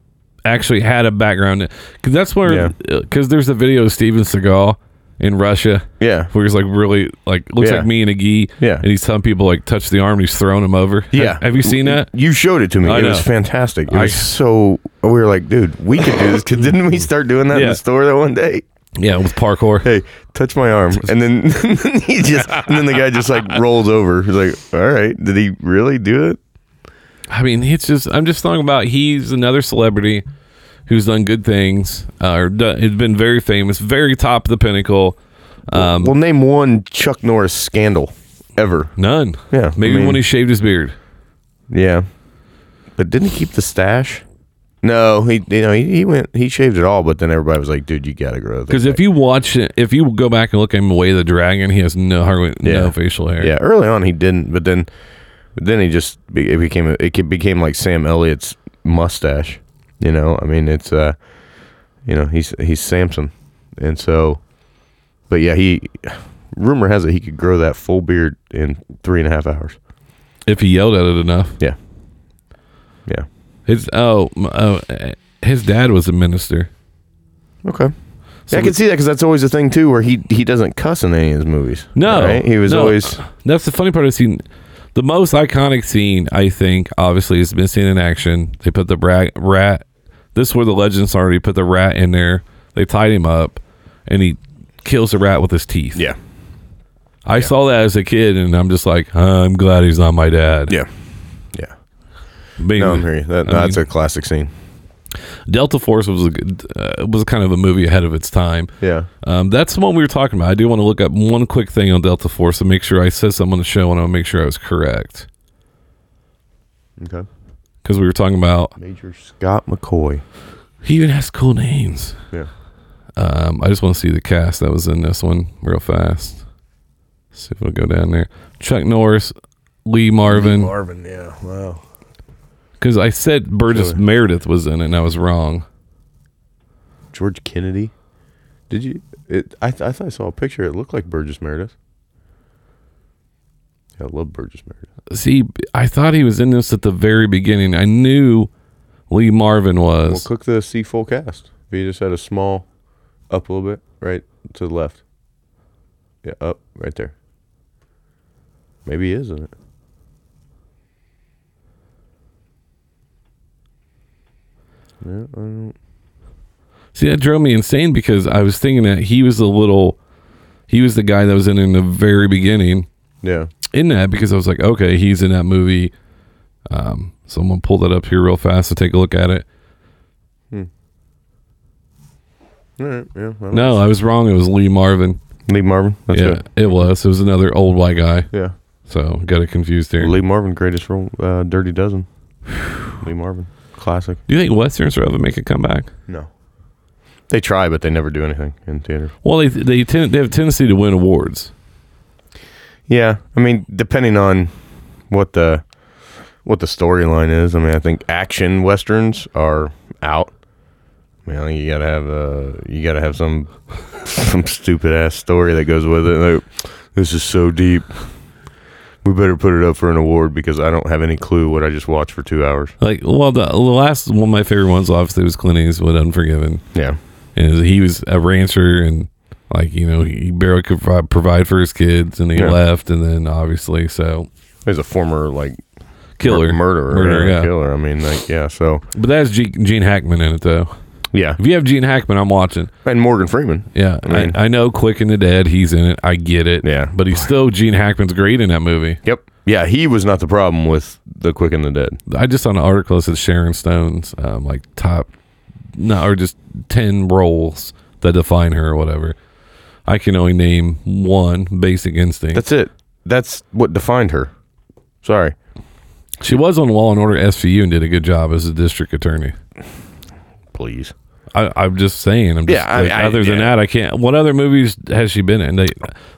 [SPEAKER 1] actually had a background because that's where because there's a video of Steven Seagal in Russia
[SPEAKER 2] yeah,
[SPEAKER 1] where he's like really like looks
[SPEAKER 2] Yeah.
[SPEAKER 1] like me in a gi
[SPEAKER 2] Yeah.
[SPEAKER 1] and he's telling people like touch the arm and he's throwing him over
[SPEAKER 2] yeah.
[SPEAKER 1] have, have you seen that
[SPEAKER 2] You showed it to me.
[SPEAKER 1] I
[SPEAKER 2] it
[SPEAKER 1] know.
[SPEAKER 2] was fantastic. It
[SPEAKER 1] I-
[SPEAKER 2] was so. We were like, dude, we could do this. Cause didn't we start doing that in
[SPEAKER 1] Yeah.
[SPEAKER 2] the store that one day?
[SPEAKER 1] yeah with parkour
[SPEAKER 2] Hey, touch my arm, and then he just, and then the guy just like rolls over. He's like, all right, did he really do it?
[SPEAKER 1] I mean, it's just I'm just talking about he's another celebrity who's done good things uh, or done, has been very famous, very top of the pinnacle. Um,
[SPEAKER 2] Well, name one Chuck Norris scandal ever.
[SPEAKER 1] none.
[SPEAKER 2] Yeah,
[SPEAKER 1] Maybe
[SPEAKER 2] I mean-
[SPEAKER 1] when he shaved his beard.
[SPEAKER 2] Yeah, but didn't he keep the stash? No, he you know he, he went he shaved it all, but then everybody was like, "Dude, you gotta grow."
[SPEAKER 1] Because if you watch it, if you go back and look at him, Way of the Dragon, he has no hardly,
[SPEAKER 2] Yeah.
[SPEAKER 1] no facial hair.
[SPEAKER 2] yeah, early on he didn't, but then but then he just be, it became a- it became like Sam Elliott's mustache. You know, I mean it's uh, you know he's he's Samson, and so, but yeah, he rumor has it he could grow that full beard in three and a half hours.
[SPEAKER 1] If he yelled at it enough.
[SPEAKER 2] Yeah, yeah,
[SPEAKER 1] His oh, m- oh eh, his dad was a minister.
[SPEAKER 2] okay.
[SPEAKER 1] So
[SPEAKER 2] yeah, I can see that because that's always the thing too, where he he doesn't cuss in any of his movies.
[SPEAKER 1] No,
[SPEAKER 2] right? he was
[SPEAKER 1] no.
[SPEAKER 2] always
[SPEAKER 1] That's the funny part I've seen. The most iconic scene, I think, obviously, is missing in action. They put the bra- rat. This is where the legends already put the rat in there. They tied him up, and he kills the rat with his teeth.
[SPEAKER 2] yeah
[SPEAKER 1] I saw that as a kid, and I'm just like, I'm glad he's not my dad.
[SPEAKER 2] yeah yeah.
[SPEAKER 1] Being-
[SPEAKER 2] No, I'm hearing you. That,
[SPEAKER 1] I
[SPEAKER 2] that's
[SPEAKER 1] mean-
[SPEAKER 2] a classic scene.
[SPEAKER 1] Delta Force was a, good- uh, was kind of a movie ahead of its time.
[SPEAKER 2] Yeah.
[SPEAKER 1] Um, that's the one we were talking about. I do want to look up one quick thing on Delta Force and make sure I said something on the show, and I'll make sure I was correct
[SPEAKER 2] Okay.
[SPEAKER 1] because we were talking about
[SPEAKER 2] Major Scott McCoy.
[SPEAKER 1] he even has cool names.
[SPEAKER 2] Yeah.
[SPEAKER 1] Um, I just want to see the cast that was in this one real fast. See if it'll go down there. Chuck Norris, Lee Marvin,
[SPEAKER 2] Marvin. Yeah. Wow.
[SPEAKER 1] because I said Burgess
[SPEAKER 2] Sure.
[SPEAKER 1] Meredith was in it, and I was wrong.
[SPEAKER 2] George Kennedy. Did you? It, I, th- I thought I saw a picture. It looked like Burgess Meredith. Yeah, I love Burgess Meredith.
[SPEAKER 1] See, I thought he was in this at the very beginning. I knew Lee Marvin
[SPEAKER 2] We'll
[SPEAKER 1] was.
[SPEAKER 2] cook the C full cast. If you just had a small, up a little bit, right to the left. Yeah, up right there. Maybe he is in it. Yeah, I don't.
[SPEAKER 1] See, that drove me insane because I was thinking that he was the little, he was the guy that was in it in the very beginning.
[SPEAKER 2] Yeah.
[SPEAKER 1] in that because I was like, okay, he's in that movie. Um, so I'm gonna pull that up here real fast to take a look at it.
[SPEAKER 2] All right. Yeah. I don't-
[SPEAKER 1] No, I was wrong. It was Lee Marvin.
[SPEAKER 2] Lee Marvin. That's
[SPEAKER 1] yeah,
[SPEAKER 2] good.
[SPEAKER 1] it was. It was another old white guy.
[SPEAKER 2] Yeah.
[SPEAKER 1] So got it confused there.
[SPEAKER 2] Lee Marvin, greatest role, uh, Dirty Dozen. Lee Marvin, classic.
[SPEAKER 1] Do you think westerns will ever make a comeback?
[SPEAKER 2] No, they try, but they never do anything in theater.
[SPEAKER 1] Well, they they tend they have a tendency to win awards.
[SPEAKER 2] Yeah, I mean, depending on what the what the storyline is. I mean, I think action westerns are out. I mean, I think you gotta have uh, you gotta have some some stupid ass story that goes with it. Like, this is so deep. We better put it up for an award because I don't have any clue what I just watched for two hours.
[SPEAKER 1] Like, well, the, the last one of my favorite ones obviously was Clint Eastwood, Unforgiven.
[SPEAKER 2] Yeah,
[SPEAKER 1] and he was a rancher and like you know he barely could provi- provide for his kids and he
[SPEAKER 2] Yeah.
[SPEAKER 1] left and then obviously so
[SPEAKER 2] there's a former like
[SPEAKER 1] killer
[SPEAKER 2] Mur- murderer,
[SPEAKER 1] murderer
[SPEAKER 2] yeah,
[SPEAKER 1] yeah.
[SPEAKER 2] killer. I mean, like, yeah. So,
[SPEAKER 1] But that's G- Gene Hackman in it though.
[SPEAKER 2] yeah,
[SPEAKER 1] If you have Gene Hackman, I'm watching.
[SPEAKER 2] and Morgan Freeman.
[SPEAKER 1] Yeah, I,
[SPEAKER 2] Right.
[SPEAKER 1] I know Quick and the Dead, he's in it. I get it.
[SPEAKER 2] Yeah.
[SPEAKER 1] but he's still Gene Hackman's great in that movie.
[SPEAKER 2] Yep. Yeah, he was not the problem with the Quick and the Dead.
[SPEAKER 1] I just saw an article that said Sharon Stone's um, like top, no, or just ten roles that define her or whatever. I can only name one, Basic Instinct.
[SPEAKER 2] That's it. That's what defined her. Sorry.
[SPEAKER 1] She was on Law and Order SVU and did a good job as a district attorney.
[SPEAKER 2] Please.
[SPEAKER 1] I, I'm just saying. I'm just,
[SPEAKER 2] Yeah, I-
[SPEAKER 1] like,
[SPEAKER 2] I-
[SPEAKER 1] other than
[SPEAKER 2] yeah.
[SPEAKER 1] that, I can't. What other movies has she been in? They,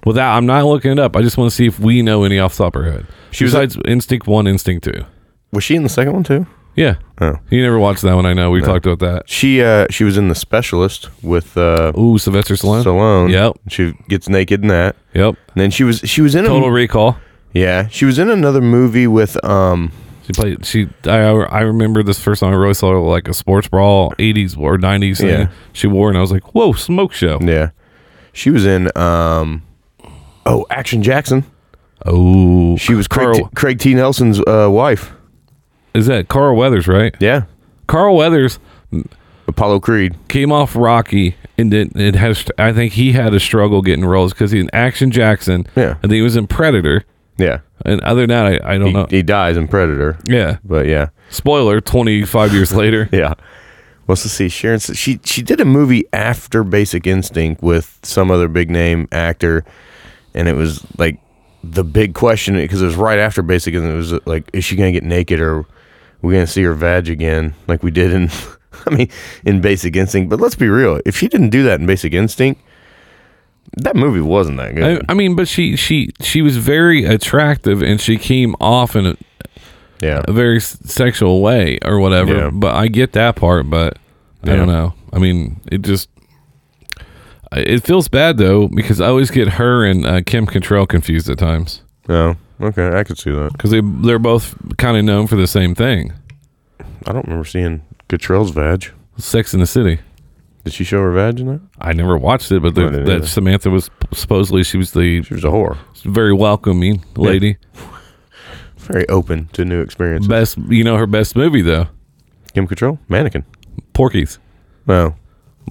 [SPEAKER 1] without, I'm not looking it up. I just want to see if we know any off the top of her head.
[SPEAKER 2] She
[SPEAKER 1] She
[SPEAKER 2] was-
[SPEAKER 1] Besides Instinct One, Instinct Two.
[SPEAKER 2] Was she in the second one too?
[SPEAKER 1] Yeah,
[SPEAKER 2] Oh.
[SPEAKER 1] you never watched that one. I know we talked about that.
[SPEAKER 2] She uh she was in The Specialist with uh
[SPEAKER 1] Ooh, Sylvester Stallone.
[SPEAKER 2] Stallone.
[SPEAKER 1] Yep.
[SPEAKER 2] She gets naked in that.
[SPEAKER 1] yep.
[SPEAKER 2] And then she was she was in
[SPEAKER 1] Total
[SPEAKER 2] a
[SPEAKER 1] Recall.
[SPEAKER 2] Yeah, she was in another movie with um
[SPEAKER 1] She played. She. I. I remember this first time I really saw her like a sports brawl, 80s or 90s. Thing
[SPEAKER 2] Yeah.
[SPEAKER 1] She wore, and I was like, "Whoa, smoke show."
[SPEAKER 2] yeah. She was in um Oh, Action Jackson.
[SPEAKER 1] Oh,
[SPEAKER 2] She was Craig, T-
[SPEAKER 1] Carl.
[SPEAKER 2] Craig T. Nelson's uh, wife.
[SPEAKER 1] Is that Carl Weathers? Right.
[SPEAKER 2] Yeah.
[SPEAKER 1] Carl Weathers
[SPEAKER 2] Apollo Creed.
[SPEAKER 1] came off Rocky and did it has I think he had a struggle getting roles because he's in Action Jackson.
[SPEAKER 2] Yeah.
[SPEAKER 1] And he was in Predator.
[SPEAKER 2] Yeah.
[SPEAKER 1] And other than that I, I don't
[SPEAKER 2] He,
[SPEAKER 1] know.
[SPEAKER 2] he dies in Predator.
[SPEAKER 1] yeah.
[SPEAKER 2] But yeah.
[SPEAKER 1] Spoiler, twenty five years later.
[SPEAKER 2] Yeah. What's to see? Sharon S- she she did a movie after Basic Instinct with some other big name actor and it was like the big question because it was right after Basic Instinct. It was like is she going to get naked or are we going to see her vag again like we did in I mean in Basic Instinct. But let's be real. If she didn't do that in Basic Instinct, that movie wasn't that
[SPEAKER 1] I,
[SPEAKER 2] good.
[SPEAKER 1] I mean, but she she she was very attractive and she came off in a,
[SPEAKER 2] yeah.
[SPEAKER 1] a very s- sexual way or whatever.
[SPEAKER 2] Yeah.
[SPEAKER 1] But I get that part, but I
[SPEAKER 2] Yeah.
[SPEAKER 1] don't know. I mean, it just I- it feels bad though because I always get her and uh, Kim Control confused at times.
[SPEAKER 2] No. Oh, Okay, I could see that.
[SPEAKER 1] because they they're both kind of known for the same thing,
[SPEAKER 2] I don't remember seeing Cottrell's vag.
[SPEAKER 1] Sex in the City.
[SPEAKER 2] Did she show her vag in that?
[SPEAKER 1] I never watched it, but
[SPEAKER 2] I
[SPEAKER 1] the,
[SPEAKER 2] didn't
[SPEAKER 1] that
[SPEAKER 2] either.
[SPEAKER 1] Samantha was supposedly she was the
[SPEAKER 2] She was a whore.
[SPEAKER 1] very welcoming lady.
[SPEAKER 2] Very open to new experiences.
[SPEAKER 1] Best, you know, her best movie though,
[SPEAKER 2] Kim Control, Mannequin.
[SPEAKER 1] Porky's.
[SPEAKER 2] No,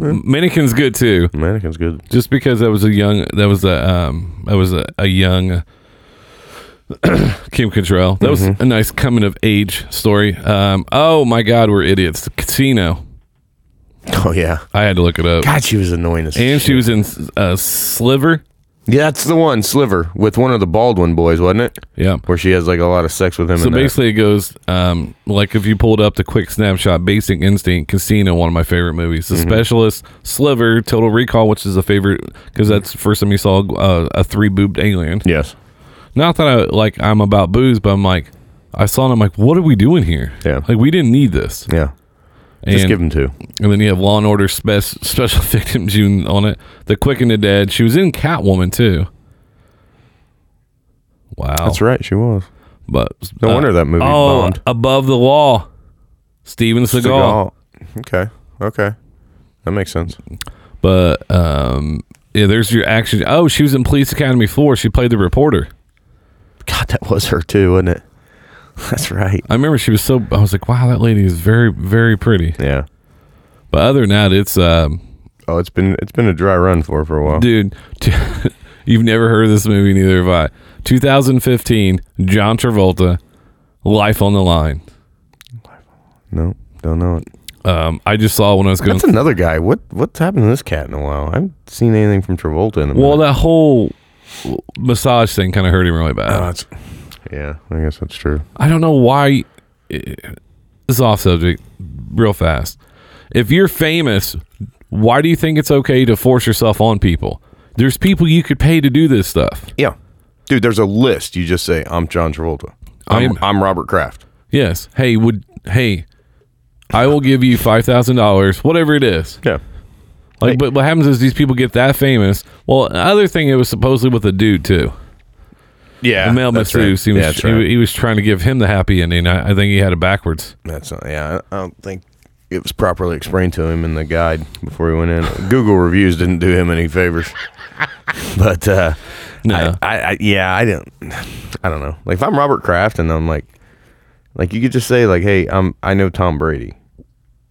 [SPEAKER 1] M- Mannequin's good too,
[SPEAKER 2] Mannequin's good.
[SPEAKER 1] just because that was a young, that was a um, that was a, a young Kim
[SPEAKER 2] Mm-hmm.
[SPEAKER 1] Cattrall. That was a nice coming of age story. Um, oh my God, we're idiots. The casino.
[SPEAKER 2] Oh yeah.
[SPEAKER 1] I had to look it up.
[SPEAKER 2] God, she was annoying as
[SPEAKER 1] and she
[SPEAKER 2] shit.
[SPEAKER 1] was in uh, Sliver.
[SPEAKER 2] Yeah, that's the one, Sliver, with one of the Baldwin boys, wasn't it?
[SPEAKER 1] Yeah.
[SPEAKER 2] Where she has like a lot of sex with him. uh,
[SPEAKER 1] So
[SPEAKER 2] in that.
[SPEAKER 1] basically, it goes um, like if you pulled up the quick snapshot, Basic Instinct, Casino, one of my favorite movies,
[SPEAKER 2] Mm-hmm.
[SPEAKER 1] The Specialist, Sliver, Total Recall, which is a favorite because that's the first time you saw uh, a three boobed alien.
[SPEAKER 2] yes,
[SPEAKER 1] Not that I like I'm about booze, but I'm like I saw it. I'm like, what are we doing here?
[SPEAKER 2] Yeah.
[SPEAKER 1] like we didn't need this.
[SPEAKER 2] yeah.
[SPEAKER 1] And,
[SPEAKER 2] Just give him two.
[SPEAKER 1] and then you have Law and Order spe- Special Victim June on it. The Quick and the Dead. She was in Catwoman too. Wow,
[SPEAKER 2] That's right. She was.
[SPEAKER 1] but oh,
[SPEAKER 2] No wonder that movie bombed.
[SPEAKER 1] Above the Law, Steven Seagal.
[SPEAKER 2] Seagal. Okay. Okay. That makes sense.
[SPEAKER 1] But um, yeah, there's your action. Oh, she was in Police Academy Four. She played the reporter.
[SPEAKER 2] God, that was her too, wasn't it? That's right.
[SPEAKER 1] I remember she was so. I was like, wow, that lady is very, very pretty.
[SPEAKER 2] Yeah.
[SPEAKER 1] But other than that, it's um,
[SPEAKER 2] Oh, it's been it's been a dry run for her for a while.
[SPEAKER 1] dude. you've never heard of this movie, neither have I. 2015, John Travolta, Life on the Line.
[SPEAKER 2] No, don't know it.
[SPEAKER 1] Um, I just saw when I was going.
[SPEAKER 2] That's another guy. What what's happened to this cat in a while? I haven't seen anything from Travolta in a
[SPEAKER 1] well,
[SPEAKER 2] minute.
[SPEAKER 1] that whole massage thing kind of hurt him really bad.
[SPEAKER 2] Uh, yeah, I guess that's true.
[SPEAKER 1] I don't know why. eh, This is off subject, real fast. If you're famous, why do you think it's okay to force yourself on people? There's people you could pay to do this stuff.
[SPEAKER 2] Yeah, dude. There's a list. You just say I'm John Travolta. I'm I'm, Robert Kraft.
[SPEAKER 1] Yes. Hey, would hey, I will give you five thousand dollars, whatever it is.
[SPEAKER 2] Yeah,
[SPEAKER 1] Like, but what happens is these people get that famous. Well, another thing, it was supposedly with a dude too.
[SPEAKER 2] yeah.
[SPEAKER 1] Mel Massouse,
[SPEAKER 2] that's
[SPEAKER 1] he,
[SPEAKER 2] right.
[SPEAKER 1] was,
[SPEAKER 2] Yeah, that's
[SPEAKER 1] he,
[SPEAKER 2] right.
[SPEAKER 1] he was trying to give him the happy ending. I, I think he had it backwards.
[SPEAKER 2] That's not, yeah. I I don't think it was properly explained to him in the guide before he went in. Google reviews didn't do him any favors. but uh,
[SPEAKER 1] No.
[SPEAKER 2] I, I, I yeah, I don't. I don't know. Like if I'm Robert Kraft and I'm like, like you could just say like, hey, I'm I know Tom Brady.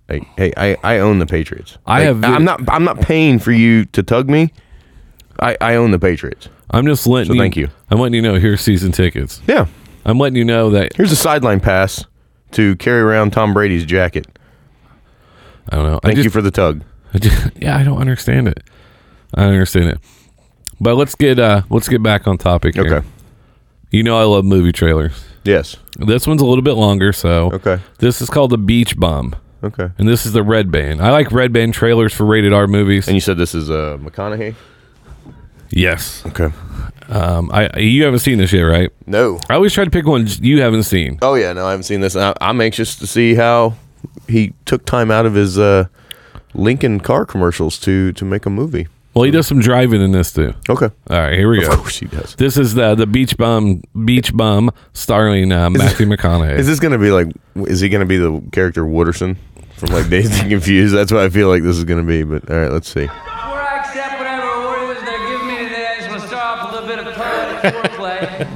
[SPEAKER 2] Like, hey, I, I own the Patriots.
[SPEAKER 1] I
[SPEAKER 2] Like,
[SPEAKER 1] have-
[SPEAKER 2] I'm not I'm not paying for you to tug me. I, I own the Patriots.
[SPEAKER 1] I'm just letting
[SPEAKER 2] So
[SPEAKER 1] you.
[SPEAKER 2] thank you.
[SPEAKER 1] I'm letting you know here's season tickets.
[SPEAKER 2] Yeah.
[SPEAKER 1] I'm letting you know that
[SPEAKER 2] Here's a sideline pass to carry around Tom Brady's jacket.
[SPEAKER 1] I don't know. I
[SPEAKER 2] Thank
[SPEAKER 1] just,
[SPEAKER 2] you for the tug.
[SPEAKER 1] I just- yeah, I don't understand it. I don't understand it. But let's get uh let's get back on topic. Here.
[SPEAKER 2] Okay.
[SPEAKER 1] You know I love movie trailers.
[SPEAKER 2] Yes.
[SPEAKER 1] This one's a little bit longer, so
[SPEAKER 2] Okay.
[SPEAKER 1] This is called the Beach Bum,
[SPEAKER 2] Okay.
[SPEAKER 1] and this is the Red Band. I like Red Band trailers for rated R movies.
[SPEAKER 2] And you said this is uh, McConaughey?
[SPEAKER 1] yes.
[SPEAKER 2] Okay.
[SPEAKER 1] Um. I you haven't seen this yet, right?
[SPEAKER 2] No.
[SPEAKER 1] I always try to pick one you haven't seen.
[SPEAKER 2] Oh, yeah. No, I haven't seen this. I, I'm anxious to see how he took time out of his uh, Lincoln car commercials to, to make a movie.
[SPEAKER 1] Well, he does some driving in this too.
[SPEAKER 2] Okay.
[SPEAKER 1] All right, here we go.
[SPEAKER 2] Of course he does.
[SPEAKER 1] This is the the beach bum beach bum starring uh, Matthew McConaughey.
[SPEAKER 2] Is this going to be like, is he going to be the character Wooderson from like Dazed and Confused? That's what I feel like this is going to be. But all right, let's see.
[SPEAKER 3] Before I accept whatever orders they're giving me today, I just want to start off with a little bit of poetic foreplay.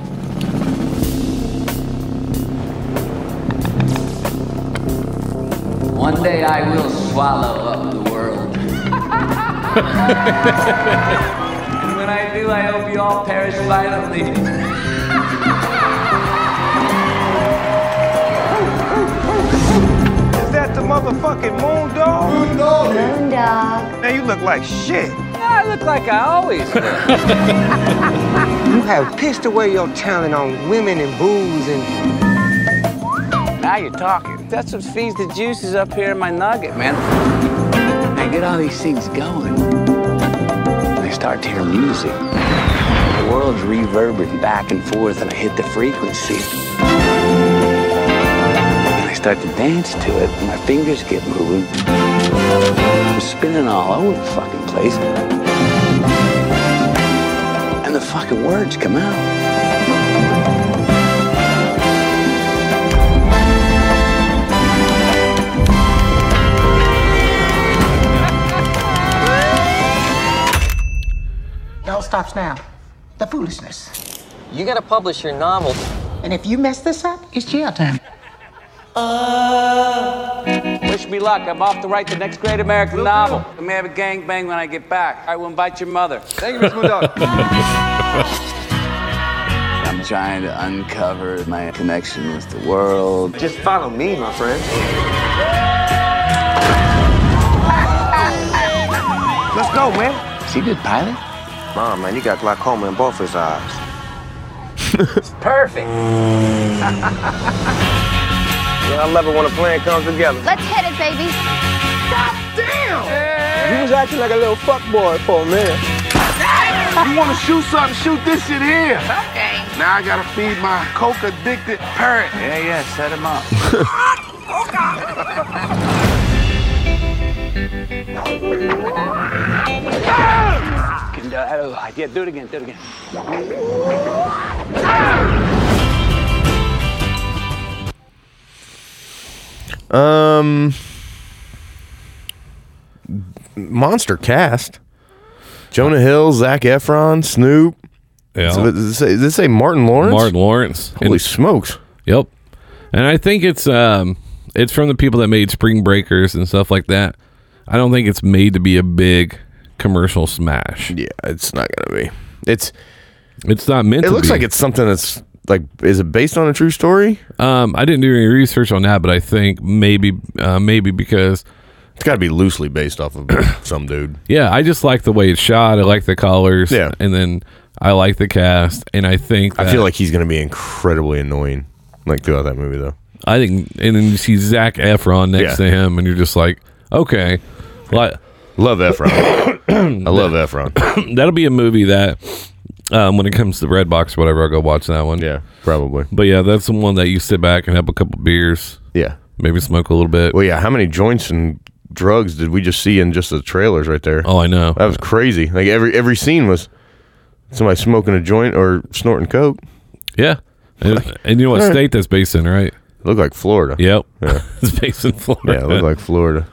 [SPEAKER 3] One day I will swallow up the world. and when I do, I hope you all perish violently.
[SPEAKER 4] Is that the motherfucking moon dog? Moon dog. Man, you look like shit.
[SPEAKER 3] I look like I always do.
[SPEAKER 4] You have pissed away your talent on women and booze and.
[SPEAKER 3] Now you're talking. That's what feeds the juices up here in my nugget, man. I get all these things going. I start to hear music. The world's reverberating back and forth, and I hit the frequency. And I start to dance to it, and my fingers get moving. I'm spinning all over the fucking place. And the fucking words come out.
[SPEAKER 5] It all stops now. The foolishness.
[SPEAKER 6] You gotta publish your novel.
[SPEAKER 5] And if you mess this up, it's jail time.
[SPEAKER 3] Wish me luck. I'm off to write the next great American novel. I may have a gangbang when I get back. I will invite your mother.
[SPEAKER 4] Thank you, Miss Moon Dog.
[SPEAKER 3] I'm trying to uncover my connection with the world.
[SPEAKER 4] Just follow me, my friend. Let's go, man.
[SPEAKER 3] Is he a good pilot?
[SPEAKER 4] Mom, man, you got glaucoma in both his eyes.
[SPEAKER 3] Perfect.
[SPEAKER 4] I love it when a plan comes together.
[SPEAKER 7] Let's hit it, baby.
[SPEAKER 4] You was acting like a little fuck boy for a minute. you want to shoot something? Shoot this shit here.
[SPEAKER 7] Okay.
[SPEAKER 4] Now I gotta feed my coke addicted parrot.
[SPEAKER 3] Yeah, yeah, set him up. Can do- oh, Yeah, do it again, do it again.
[SPEAKER 2] Um, monster cast. Jonah Hill, Zach Efron, Snoop.
[SPEAKER 1] Yeah.
[SPEAKER 2] So does, it say, does it say Martin Lawrence?
[SPEAKER 1] Martin Lawrence.
[SPEAKER 2] Holy
[SPEAKER 1] And-
[SPEAKER 2] smokes!
[SPEAKER 1] Yep. And I think it's um it's from the people that made Spring Breakers and stuff like that. I don't think it's made to be a big commercial smash.
[SPEAKER 2] Yeah, it's not gonna be. It's.
[SPEAKER 1] It's not meant
[SPEAKER 2] It
[SPEAKER 1] to
[SPEAKER 2] looks
[SPEAKER 1] be.
[SPEAKER 2] like it's something that's like. Is it based on a true story?
[SPEAKER 1] um I didn't do any research on that, but I think maybe uh, maybe because
[SPEAKER 2] It's got to be loosely based off of some dude.
[SPEAKER 1] yeah, I just like the way it's shot. I like the colors.
[SPEAKER 2] Yeah.
[SPEAKER 1] And then I like the cast and I think
[SPEAKER 2] I
[SPEAKER 1] that-
[SPEAKER 2] feel like he's gonna be incredibly annoying, like throughout that movie though.
[SPEAKER 1] I think and then you see Zach Efron next
[SPEAKER 2] Yeah.
[SPEAKER 1] to him and you're just like, Okay. Like
[SPEAKER 2] Love Efron. I love Efron.
[SPEAKER 1] that'll be a movie that um, when it comes to Redbox or whatever, I'll go watch that one.
[SPEAKER 2] Yeah, probably.
[SPEAKER 1] But yeah, that's the one that you sit back and have a couple beers,
[SPEAKER 2] Yeah.
[SPEAKER 1] maybe smoke a little bit.
[SPEAKER 2] Well, yeah. How many joints and drugs did we just see in just the trailers right there?
[SPEAKER 1] Oh, I know.
[SPEAKER 2] That was crazy. Like every every scene was somebody smoking a joint or snorting coke.
[SPEAKER 1] Yeah. And, and you know what state that's based in, right?
[SPEAKER 2] Looked like Florida.
[SPEAKER 1] Yep. it's based in Florida.
[SPEAKER 2] Yeah, it looked like Florida.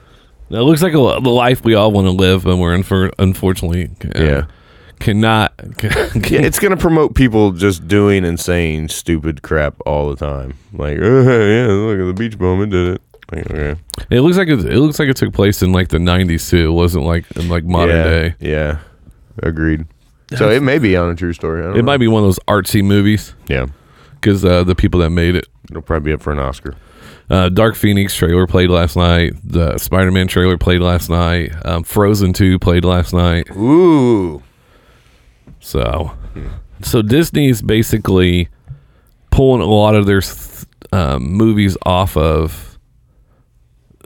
[SPEAKER 1] it looks like a, the life we all want to live, and we're infer- unfortunately uh,
[SPEAKER 2] Yeah.
[SPEAKER 1] cannot.
[SPEAKER 2] Yeah, it's gonna promote people just doing and saying stupid crap all the time. Like, oh, yeah, look at the beach bum, it did it. Like, okay.
[SPEAKER 1] it looks like it, it looks like it took place in like the '90s too. It wasn't like in like modern
[SPEAKER 2] yeah,
[SPEAKER 1] day.
[SPEAKER 2] Yeah, agreed. So it may be on a true story. I don't
[SPEAKER 1] It might be one of those artsy movies
[SPEAKER 2] Yeah,
[SPEAKER 1] because uh, the people that made it
[SPEAKER 2] it'll probably be up for an Oscar.
[SPEAKER 1] Uh, Dark Phoenix trailer played last night. The Spider Man trailer played last night. Um, Frozen Two played last night.
[SPEAKER 2] Ooh,
[SPEAKER 1] So, so Disney's basically pulling a lot of their th- um, movies off of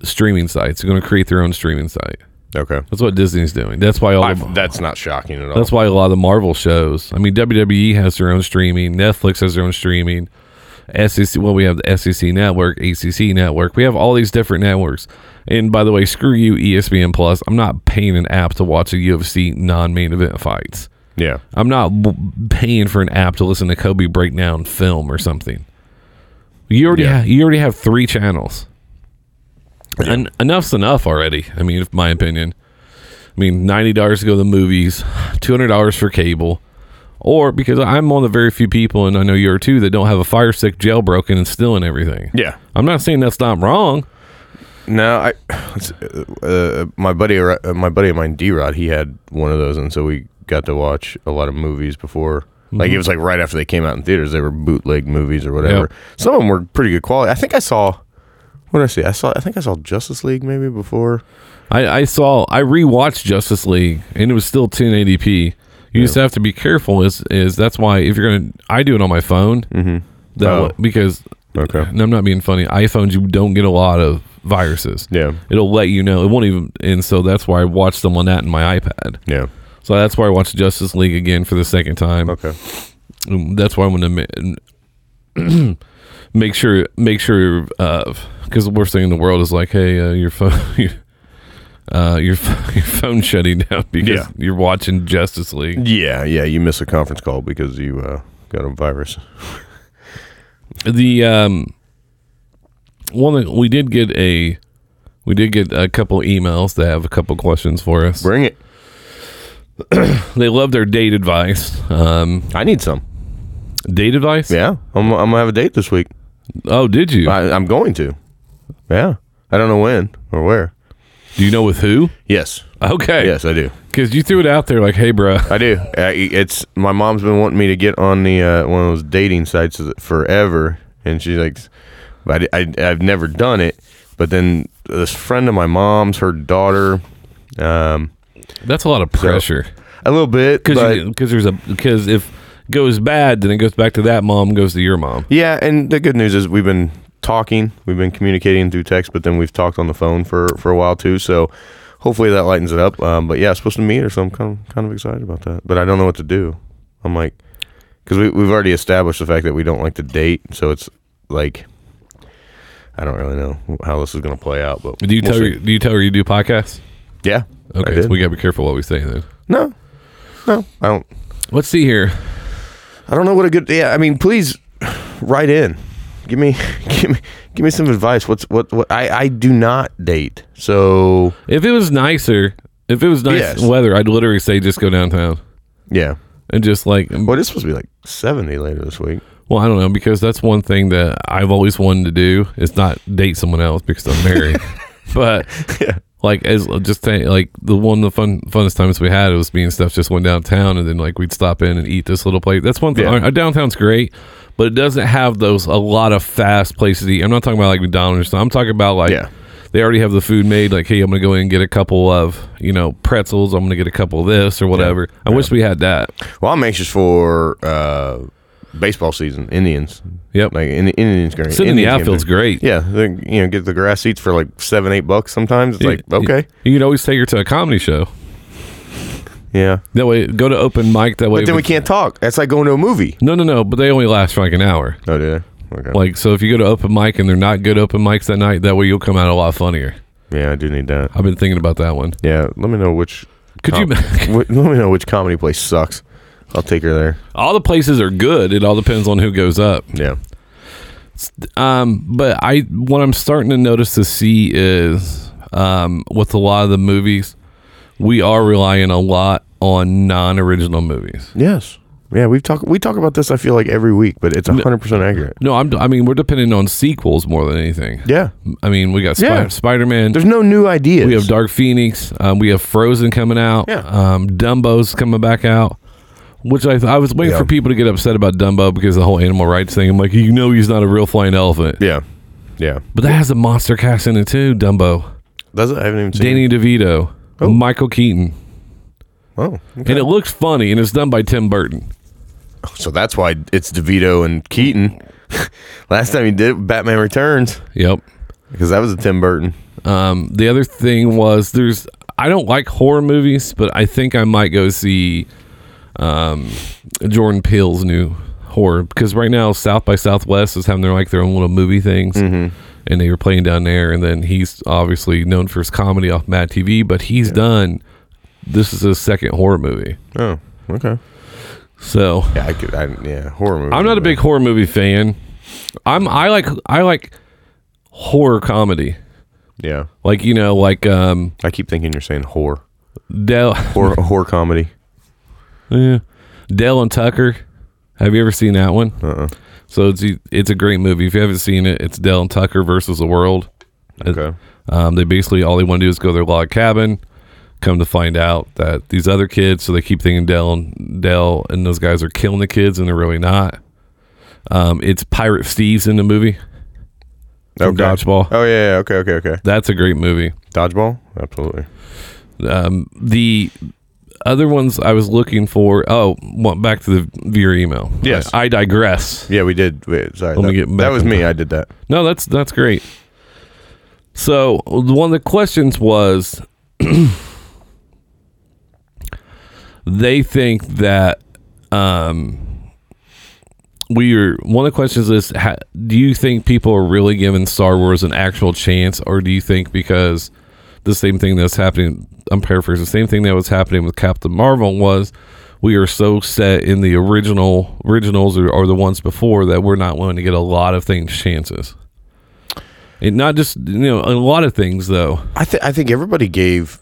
[SPEAKER 1] streaming sites. They're going to create their own streaming site.
[SPEAKER 2] okay.
[SPEAKER 1] That's what Disney's doing. That's why all
[SPEAKER 2] I,
[SPEAKER 1] the,
[SPEAKER 2] that's not shocking at all.
[SPEAKER 1] that's why a lot of the Marvel shows. I mean, WWE has their own streaming. Netflix has their own streaming. SEC. Well, we have the SEC network, ACC network. We have all these different networks. And by the way, screw you, E ESPN Plus. I'm not paying an app to watch a UFC non-main event fights.
[SPEAKER 2] yeah,
[SPEAKER 1] I'm not w- paying for an app to listen to Kobe breakdown film or something. You already
[SPEAKER 2] Yeah.
[SPEAKER 1] ha- you already have three channels. En- enough's enough already. I mean, if my opinion. I mean, ninety dollars to go to the movies, two hundred dollars for cable, or because I'm one of the very few people, and I know you are too, that don't have a Fire Stick jailbroken and stealing everything.
[SPEAKER 2] yeah.
[SPEAKER 1] I'm not saying that's not wrong.
[SPEAKER 2] No, I, it's, uh, uh, my buddy, uh, my buddy of mine, D Rod, he had one of those, and so we got to watch a lot of movies before. Like it was like right after they came out in theaters, they were bootleg movies or whatever.
[SPEAKER 1] Yep.
[SPEAKER 2] Some of them were pretty good quality. I think I saw. What did I see? I saw. I think I saw Justice League maybe before.
[SPEAKER 1] I, I saw I rewatched Justice League and it was still 1080p. You just have to be careful. Is is that's why if you're gonna I do it on my phone mm-hmm. that
[SPEAKER 2] Oh.
[SPEAKER 1] wa- because
[SPEAKER 2] Okay.
[SPEAKER 1] and I'm not being funny. iPhones you don't get a lot of viruses.
[SPEAKER 2] Yeah.
[SPEAKER 1] it'll let you know. It won't even and so that's why I watched them on that in my iPad.
[SPEAKER 2] Yeah.
[SPEAKER 1] So that's why I watched Justice League again for the second time.
[SPEAKER 2] Okay.
[SPEAKER 1] Um, that's why I'm gonna ma- make sure make sure of because the worst thing in the world is like, hey, uh, your phone, your, uh, your ph- your phone shutting down because
[SPEAKER 2] Yeah.
[SPEAKER 1] you're watching Justice League.
[SPEAKER 2] Yeah, yeah. You miss a conference call because you uh, got a virus.
[SPEAKER 1] The um, one that we did get a we did get a couple emails that have a couple questions for us.
[SPEAKER 2] Bring it.
[SPEAKER 1] They love their date advice. Um,
[SPEAKER 2] I need some.
[SPEAKER 1] date advice?
[SPEAKER 2] Yeah, I'm, I'm gonna have a date this week.
[SPEAKER 1] Oh, did you?
[SPEAKER 2] I, I'm going to. Yeah, I don't know when or where.
[SPEAKER 1] Do you know with who?
[SPEAKER 2] Yes,
[SPEAKER 1] Okay.
[SPEAKER 2] yes, I do.
[SPEAKER 1] Because you threw it out there like, hey, bro.
[SPEAKER 2] I do. I, it's my mom's been wanting me to get on the uh, one of those dating sites forever, and she's like, but I, I, I've never done it. But then this friend of my mom's, her daughter, um,
[SPEAKER 1] That's a lot of pressure.
[SPEAKER 2] a little bit but-
[SPEAKER 1] Because there's a because if it goes bad, then it goes back to that mom, goes to your mom.
[SPEAKER 2] Yeah, and the good news is we've been talking, we've been communicating through text, but then we've talked on the phone for for a while too. So hopefully that lightens it up. Um, but yeah, it's supposed to meet her, so I'm kind of, kind of excited about that. But I don't know what to do. I'm like, because we we've already established the fact that we don't like to date, so it's like. I don't really know how this is going to play out, but
[SPEAKER 1] Do you
[SPEAKER 2] we'll
[SPEAKER 1] tell
[SPEAKER 2] see.
[SPEAKER 1] her? Do you tell her you do podcasts?
[SPEAKER 2] Yeah. I
[SPEAKER 1] Okay,
[SPEAKER 2] did.
[SPEAKER 1] so we gotta be careful what we say then.
[SPEAKER 2] no, no, I don't.
[SPEAKER 1] Let's see here.
[SPEAKER 2] I don't know what a good yeah. I mean, please write in. Give me give me give me some advice. What's what what I I do not date. So
[SPEAKER 1] If it was nicer, if it was nice
[SPEAKER 2] Yes.
[SPEAKER 1] weather, I'd literally say just go downtown
[SPEAKER 2] yeah.
[SPEAKER 1] and just like.
[SPEAKER 2] What is supposed to be like seventy later this week?
[SPEAKER 1] Well, I don't know because that's one thing that I've always wanted to do is not date someone else because I'm married. but like as just saying, like the one of the fun funnest times we had it was me and stuff just went downtown and then like we'd stop in and eat this little place. That's one thing.
[SPEAKER 2] Yeah.
[SPEAKER 1] Our, our downtown's great, but it doesn't have those a lot of fast places to eat. I'm not talking about like McDonald's. or something. I'm talking about like.
[SPEAKER 2] Yeah.
[SPEAKER 1] They already have the food made. Like, hey, I'm gonna go in and get a couple of, you know, pretzels. I'm gonna get a couple of this or whatever. I wish we had that.
[SPEAKER 2] Well, I'm anxious for uh baseball season. Indians.
[SPEAKER 1] Yep.
[SPEAKER 2] Like in, Indians great.
[SPEAKER 1] Sitting in the
[SPEAKER 2] Indians game
[SPEAKER 1] outfield's
[SPEAKER 2] day.
[SPEAKER 1] great.
[SPEAKER 2] Yeah, they, you know, get the grass seats for like seven, eight bucks. Sometimes it's like
[SPEAKER 1] You-
[SPEAKER 2] okay,
[SPEAKER 1] You, can always take her to a comedy show.
[SPEAKER 2] yeah.
[SPEAKER 1] That way, go to open mic. That way,
[SPEAKER 2] But then we can't talk. That's like going to a movie.
[SPEAKER 1] No, no, no. But they only last for like an hour.
[SPEAKER 2] Oh, do they? Okay.
[SPEAKER 1] Like, so if you go to open mic and they're not good open mics that night, that way you'll come out a lot funnier.
[SPEAKER 2] yeah, I do need that.
[SPEAKER 1] I've been thinking about that one.
[SPEAKER 2] Yeah, let me know which.
[SPEAKER 1] Could you-
[SPEAKER 2] wh- let me know which comedy place sucks. I'll take her there.
[SPEAKER 1] All the places are good. It all depends on who goes up.
[SPEAKER 2] Yeah.
[SPEAKER 1] Um, but I what I'm starting to notice to see is um, with a lot of the movies, we are relying a lot on non-original movies.
[SPEAKER 2] Yes. Yeah, we've talked. We talk about this. I feel like every week, but it's hundred percent accurate.
[SPEAKER 1] No, I'm. I mean, we're depending on sequels more than anything.
[SPEAKER 2] Yeah.
[SPEAKER 1] I mean, we got Spi-
[SPEAKER 2] Yeah.
[SPEAKER 1] Spider-Man.
[SPEAKER 2] There's no new ideas.
[SPEAKER 1] We have Dark Phoenix. Um, we have Frozen coming out.
[SPEAKER 2] Yeah.
[SPEAKER 1] Um, Dumbo's coming back out. Which I, I was waiting
[SPEAKER 2] Yeah.
[SPEAKER 1] for people to get upset about Dumbo because of the whole animal rights thing. I'm like, you know, he's not a real flying elephant.
[SPEAKER 2] Yeah. Yeah.
[SPEAKER 1] But that has a monster cast in it too. Dumbo,
[SPEAKER 2] Does it? I haven't even seen.
[SPEAKER 1] Danny DeVito,
[SPEAKER 2] Oh.
[SPEAKER 1] Michael Keaton,
[SPEAKER 2] Oh.
[SPEAKER 1] and it looks funny, and it's done by Tim Burton.
[SPEAKER 2] So that's why it's DeVito and Keaton. Last time he did it, Batman Returns
[SPEAKER 1] Yep.
[SPEAKER 2] because that was a Tim Burton.
[SPEAKER 1] Um, the other thing was there's I don't like horror movies, but I think I might go see um, Jordan Peele's new horror because right now South by Southwest is having their like their own little movie things, and they were playing down there. And then he's obviously known for his comedy off Mad TV, but he's done. This is his second horror movie,
[SPEAKER 2] Oh. Okay.
[SPEAKER 1] so
[SPEAKER 2] Yeah. I could. I, yeah. Horror movie.
[SPEAKER 1] I'm not a big horror movie fan. I'm I like I like horror comedy,
[SPEAKER 2] Yeah.
[SPEAKER 1] like you know like um
[SPEAKER 2] I keep thinking you're saying whore.
[SPEAKER 1] Del.
[SPEAKER 2] Horror. horror comedy.
[SPEAKER 1] Yeah. Dale and Tucker. Have you ever seen that one? Uh-uh. So it's it's a great movie. If you haven't seen it, it's Dale and Tucker versus the world.
[SPEAKER 2] Okay.
[SPEAKER 1] Um, they basically all they want to do is go to their log cabin. Come to find out that these other kids, so they keep thinking Dale and Dale and those guys are killing the kids, and they're really not. Um, it's Pirate Steve's in the movie. From
[SPEAKER 2] Okay.
[SPEAKER 1] Dodgeball.
[SPEAKER 2] Oh yeah, yeah. Okay. Okay. Okay.
[SPEAKER 1] That's a great movie.
[SPEAKER 2] Dodgeball. Absolutely.
[SPEAKER 1] Um, the other ones I was looking for. Oh, well, back to the viewer email.
[SPEAKER 2] Yes.
[SPEAKER 1] I, I digress.
[SPEAKER 2] Yeah, we did. Wait, sorry.
[SPEAKER 1] Let
[SPEAKER 2] that,
[SPEAKER 1] me get back
[SPEAKER 2] that was
[SPEAKER 1] on
[SPEAKER 2] me.
[SPEAKER 1] track.
[SPEAKER 2] I did that.
[SPEAKER 1] No, that's that's great. So one of the questions was they think that um we are one of the questions is ha, do you think people are really giving Star Wars an actual chance or do you think because the same thing that's happening I'm paraphrasing the same thing that was happening with Captain Marvel was we are so set in the original originals or, or the ones before that we're not willing to get a lot of things chances. And not just you know a lot of things though.
[SPEAKER 2] I think I think everybody gave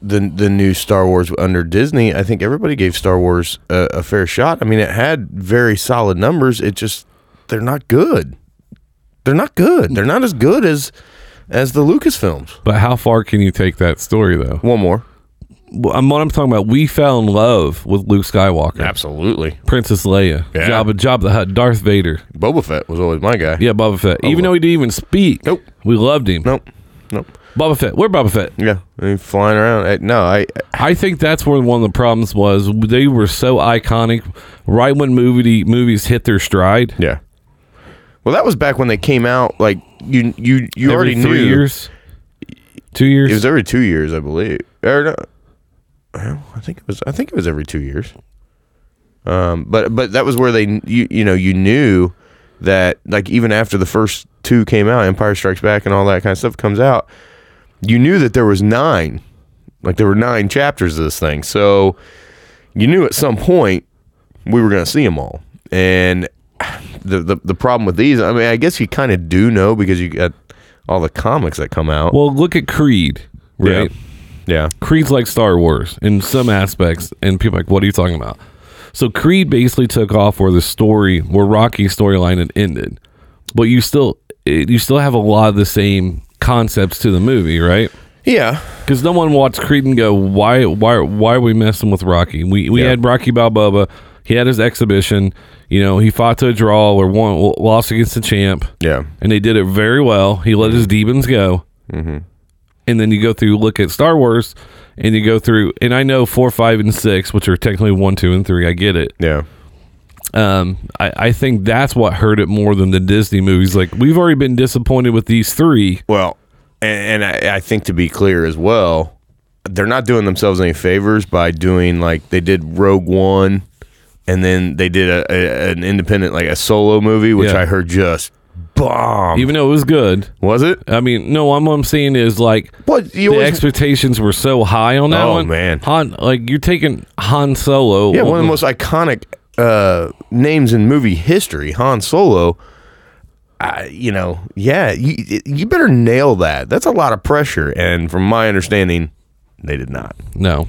[SPEAKER 2] the the new Star Wars under Disney. I think everybody gave Star Wars a, a fair shot. I mean, it had very solid numbers. It just they're not good. They're not good. They're not as good as as the Lucasfilms.
[SPEAKER 1] But how far can you take that story though?
[SPEAKER 2] One more.
[SPEAKER 1] Well, I'm what I'm talking about. We fell in love with Luke Skywalker,
[SPEAKER 2] Absolutely.
[SPEAKER 1] Princess Leia,
[SPEAKER 2] Yeah.
[SPEAKER 1] Jabba, Jabba the Hutt, Darth Vader.
[SPEAKER 2] Boba Fett was always my guy.
[SPEAKER 1] Yeah, Boba Fett. Even though he didn't even speak,
[SPEAKER 2] Oh, Nope.
[SPEAKER 1] we loved him.
[SPEAKER 2] Nope. Nope.
[SPEAKER 1] Boba Fett. Where Boba Fett?
[SPEAKER 2] Yeah, I mean, flying around. I- No, I.
[SPEAKER 1] I think that's where one of the problems was. They were so iconic. Right when movie movies hit their stride,
[SPEAKER 2] Yeah. Well, that was back when they came out. Like you, you, you
[SPEAKER 1] every
[SPEAKER 2] already
[SPEAKER 1] three
[SPEAKER 2] knew.
[SPEAKER 1] years, two
[SPEAKER 2] It
[SPEAKER 1] years.
[SPEAKER 2] was every two years, I believe. Or no, well, I think it was. I think it was every two years. Um, but but that was where they you you know you knew that like even after the first two came out, Empire Strikes Back and all that kind of stuff comes out, you knew that there was nine, like there were nine chapters of this thing. So you knew at some point we were going to see them all. And the, the the problem with these, I mean, I guess you kind of do know because you got all the comics that come out.
[SPEAKER 1] well, look at Creed, right?
[SPEAKER 2] Yeah.
[SPEAKER 1] Creed's like Star Wars in some aspects, and people are like, what are you talking about? So Creed basically took off where the story, where Rocky's storyline had ended, but you still, it, you still have a lot of the same concepts to the movie, right?
[SPEAKER 2] Yeah.
[SPEAKER 1] Because no one watched Creed and go, why, why, why are we messing with Rocky? We we
[SPEAKER 2] Yeah.
[SPEAKER 1] had Rocky Balboa. He had his exhibition. You know, he fought to a draw or won, lost against the champ,
[SPEAKER 2] Yeah.
[SPEAKER 1] and they did it very well. He let his demons go.
[SPEAKER 2] Mm-hmm.
[SPEAKER 1] And then you go through, look at Star Wars, and you go through, and I know four, five, and six, which are technically one, two, and three. I get it.
[SPEAKER 2] Yeah.
[SPEAKER 1] Um, I, I think that's what hurt it more than the Disney movies. Like, we've already been disappointed with these three.
[SPEAKER 2] Well, and, and I, I think to be clear as well, they're not doing themselves any favors by doing like they did Rogue One, and then they did a, a an independent like a solo movie, which
[SPEAKER 1] Yeah.
[SPEAKER 2] I heard just bomb.
[SPEAKER 1] Even though it was good,
[SPEAKER 2] was it?
[SPEAKER 1] I mean, no, I'm, I'm saying is like
[SPEAKER 2] What you
[SPEAKER 1] the
[SPEAKER 2] always,
[SPEAKER 1] expectations were so high on that
[SPEAKER 2] Oh,
[SPEAKER 1] one.
[SPEAKER 2] man.
[SPEAKER 1] Han, like you're taking Han Solo.
[SPEAKER 2] yeah, one of the most iconic uh, names in movie history, Han Solo. I, you know, yeah, you you better nail that. That's a lot of pressure, and from my understanding, they did not.
[SPEAKER 1] No,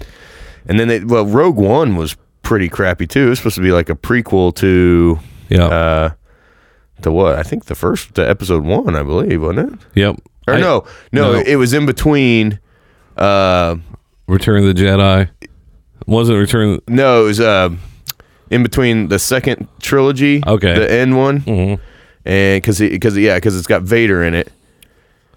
[SPEAKER 2] And then they well, Rogue One was pretty crappy too. It was supposed to be like a prequel to
[SPEAKER 1] yeah,
[SPEAKER 2] uh to what? I think the first to episode one, I believe, wasn't it?
[SPEAKER 1] yep.
[SPEAKER 2] Or
[SPEAKER 1] I-
[SPEAKER 2] no, no,
[SPEAKER 1] no.
[SPEAKER 2] it was in between uh
[SPEAKER 1] Return of the Jedi wasn't Return.
[SPEAKER 2] no, it was uh in between the second trilogy,
[SPEAKER 1] Okay.
[SPEAKER 2] the end one, and because because yeah, because it's got Vader in it,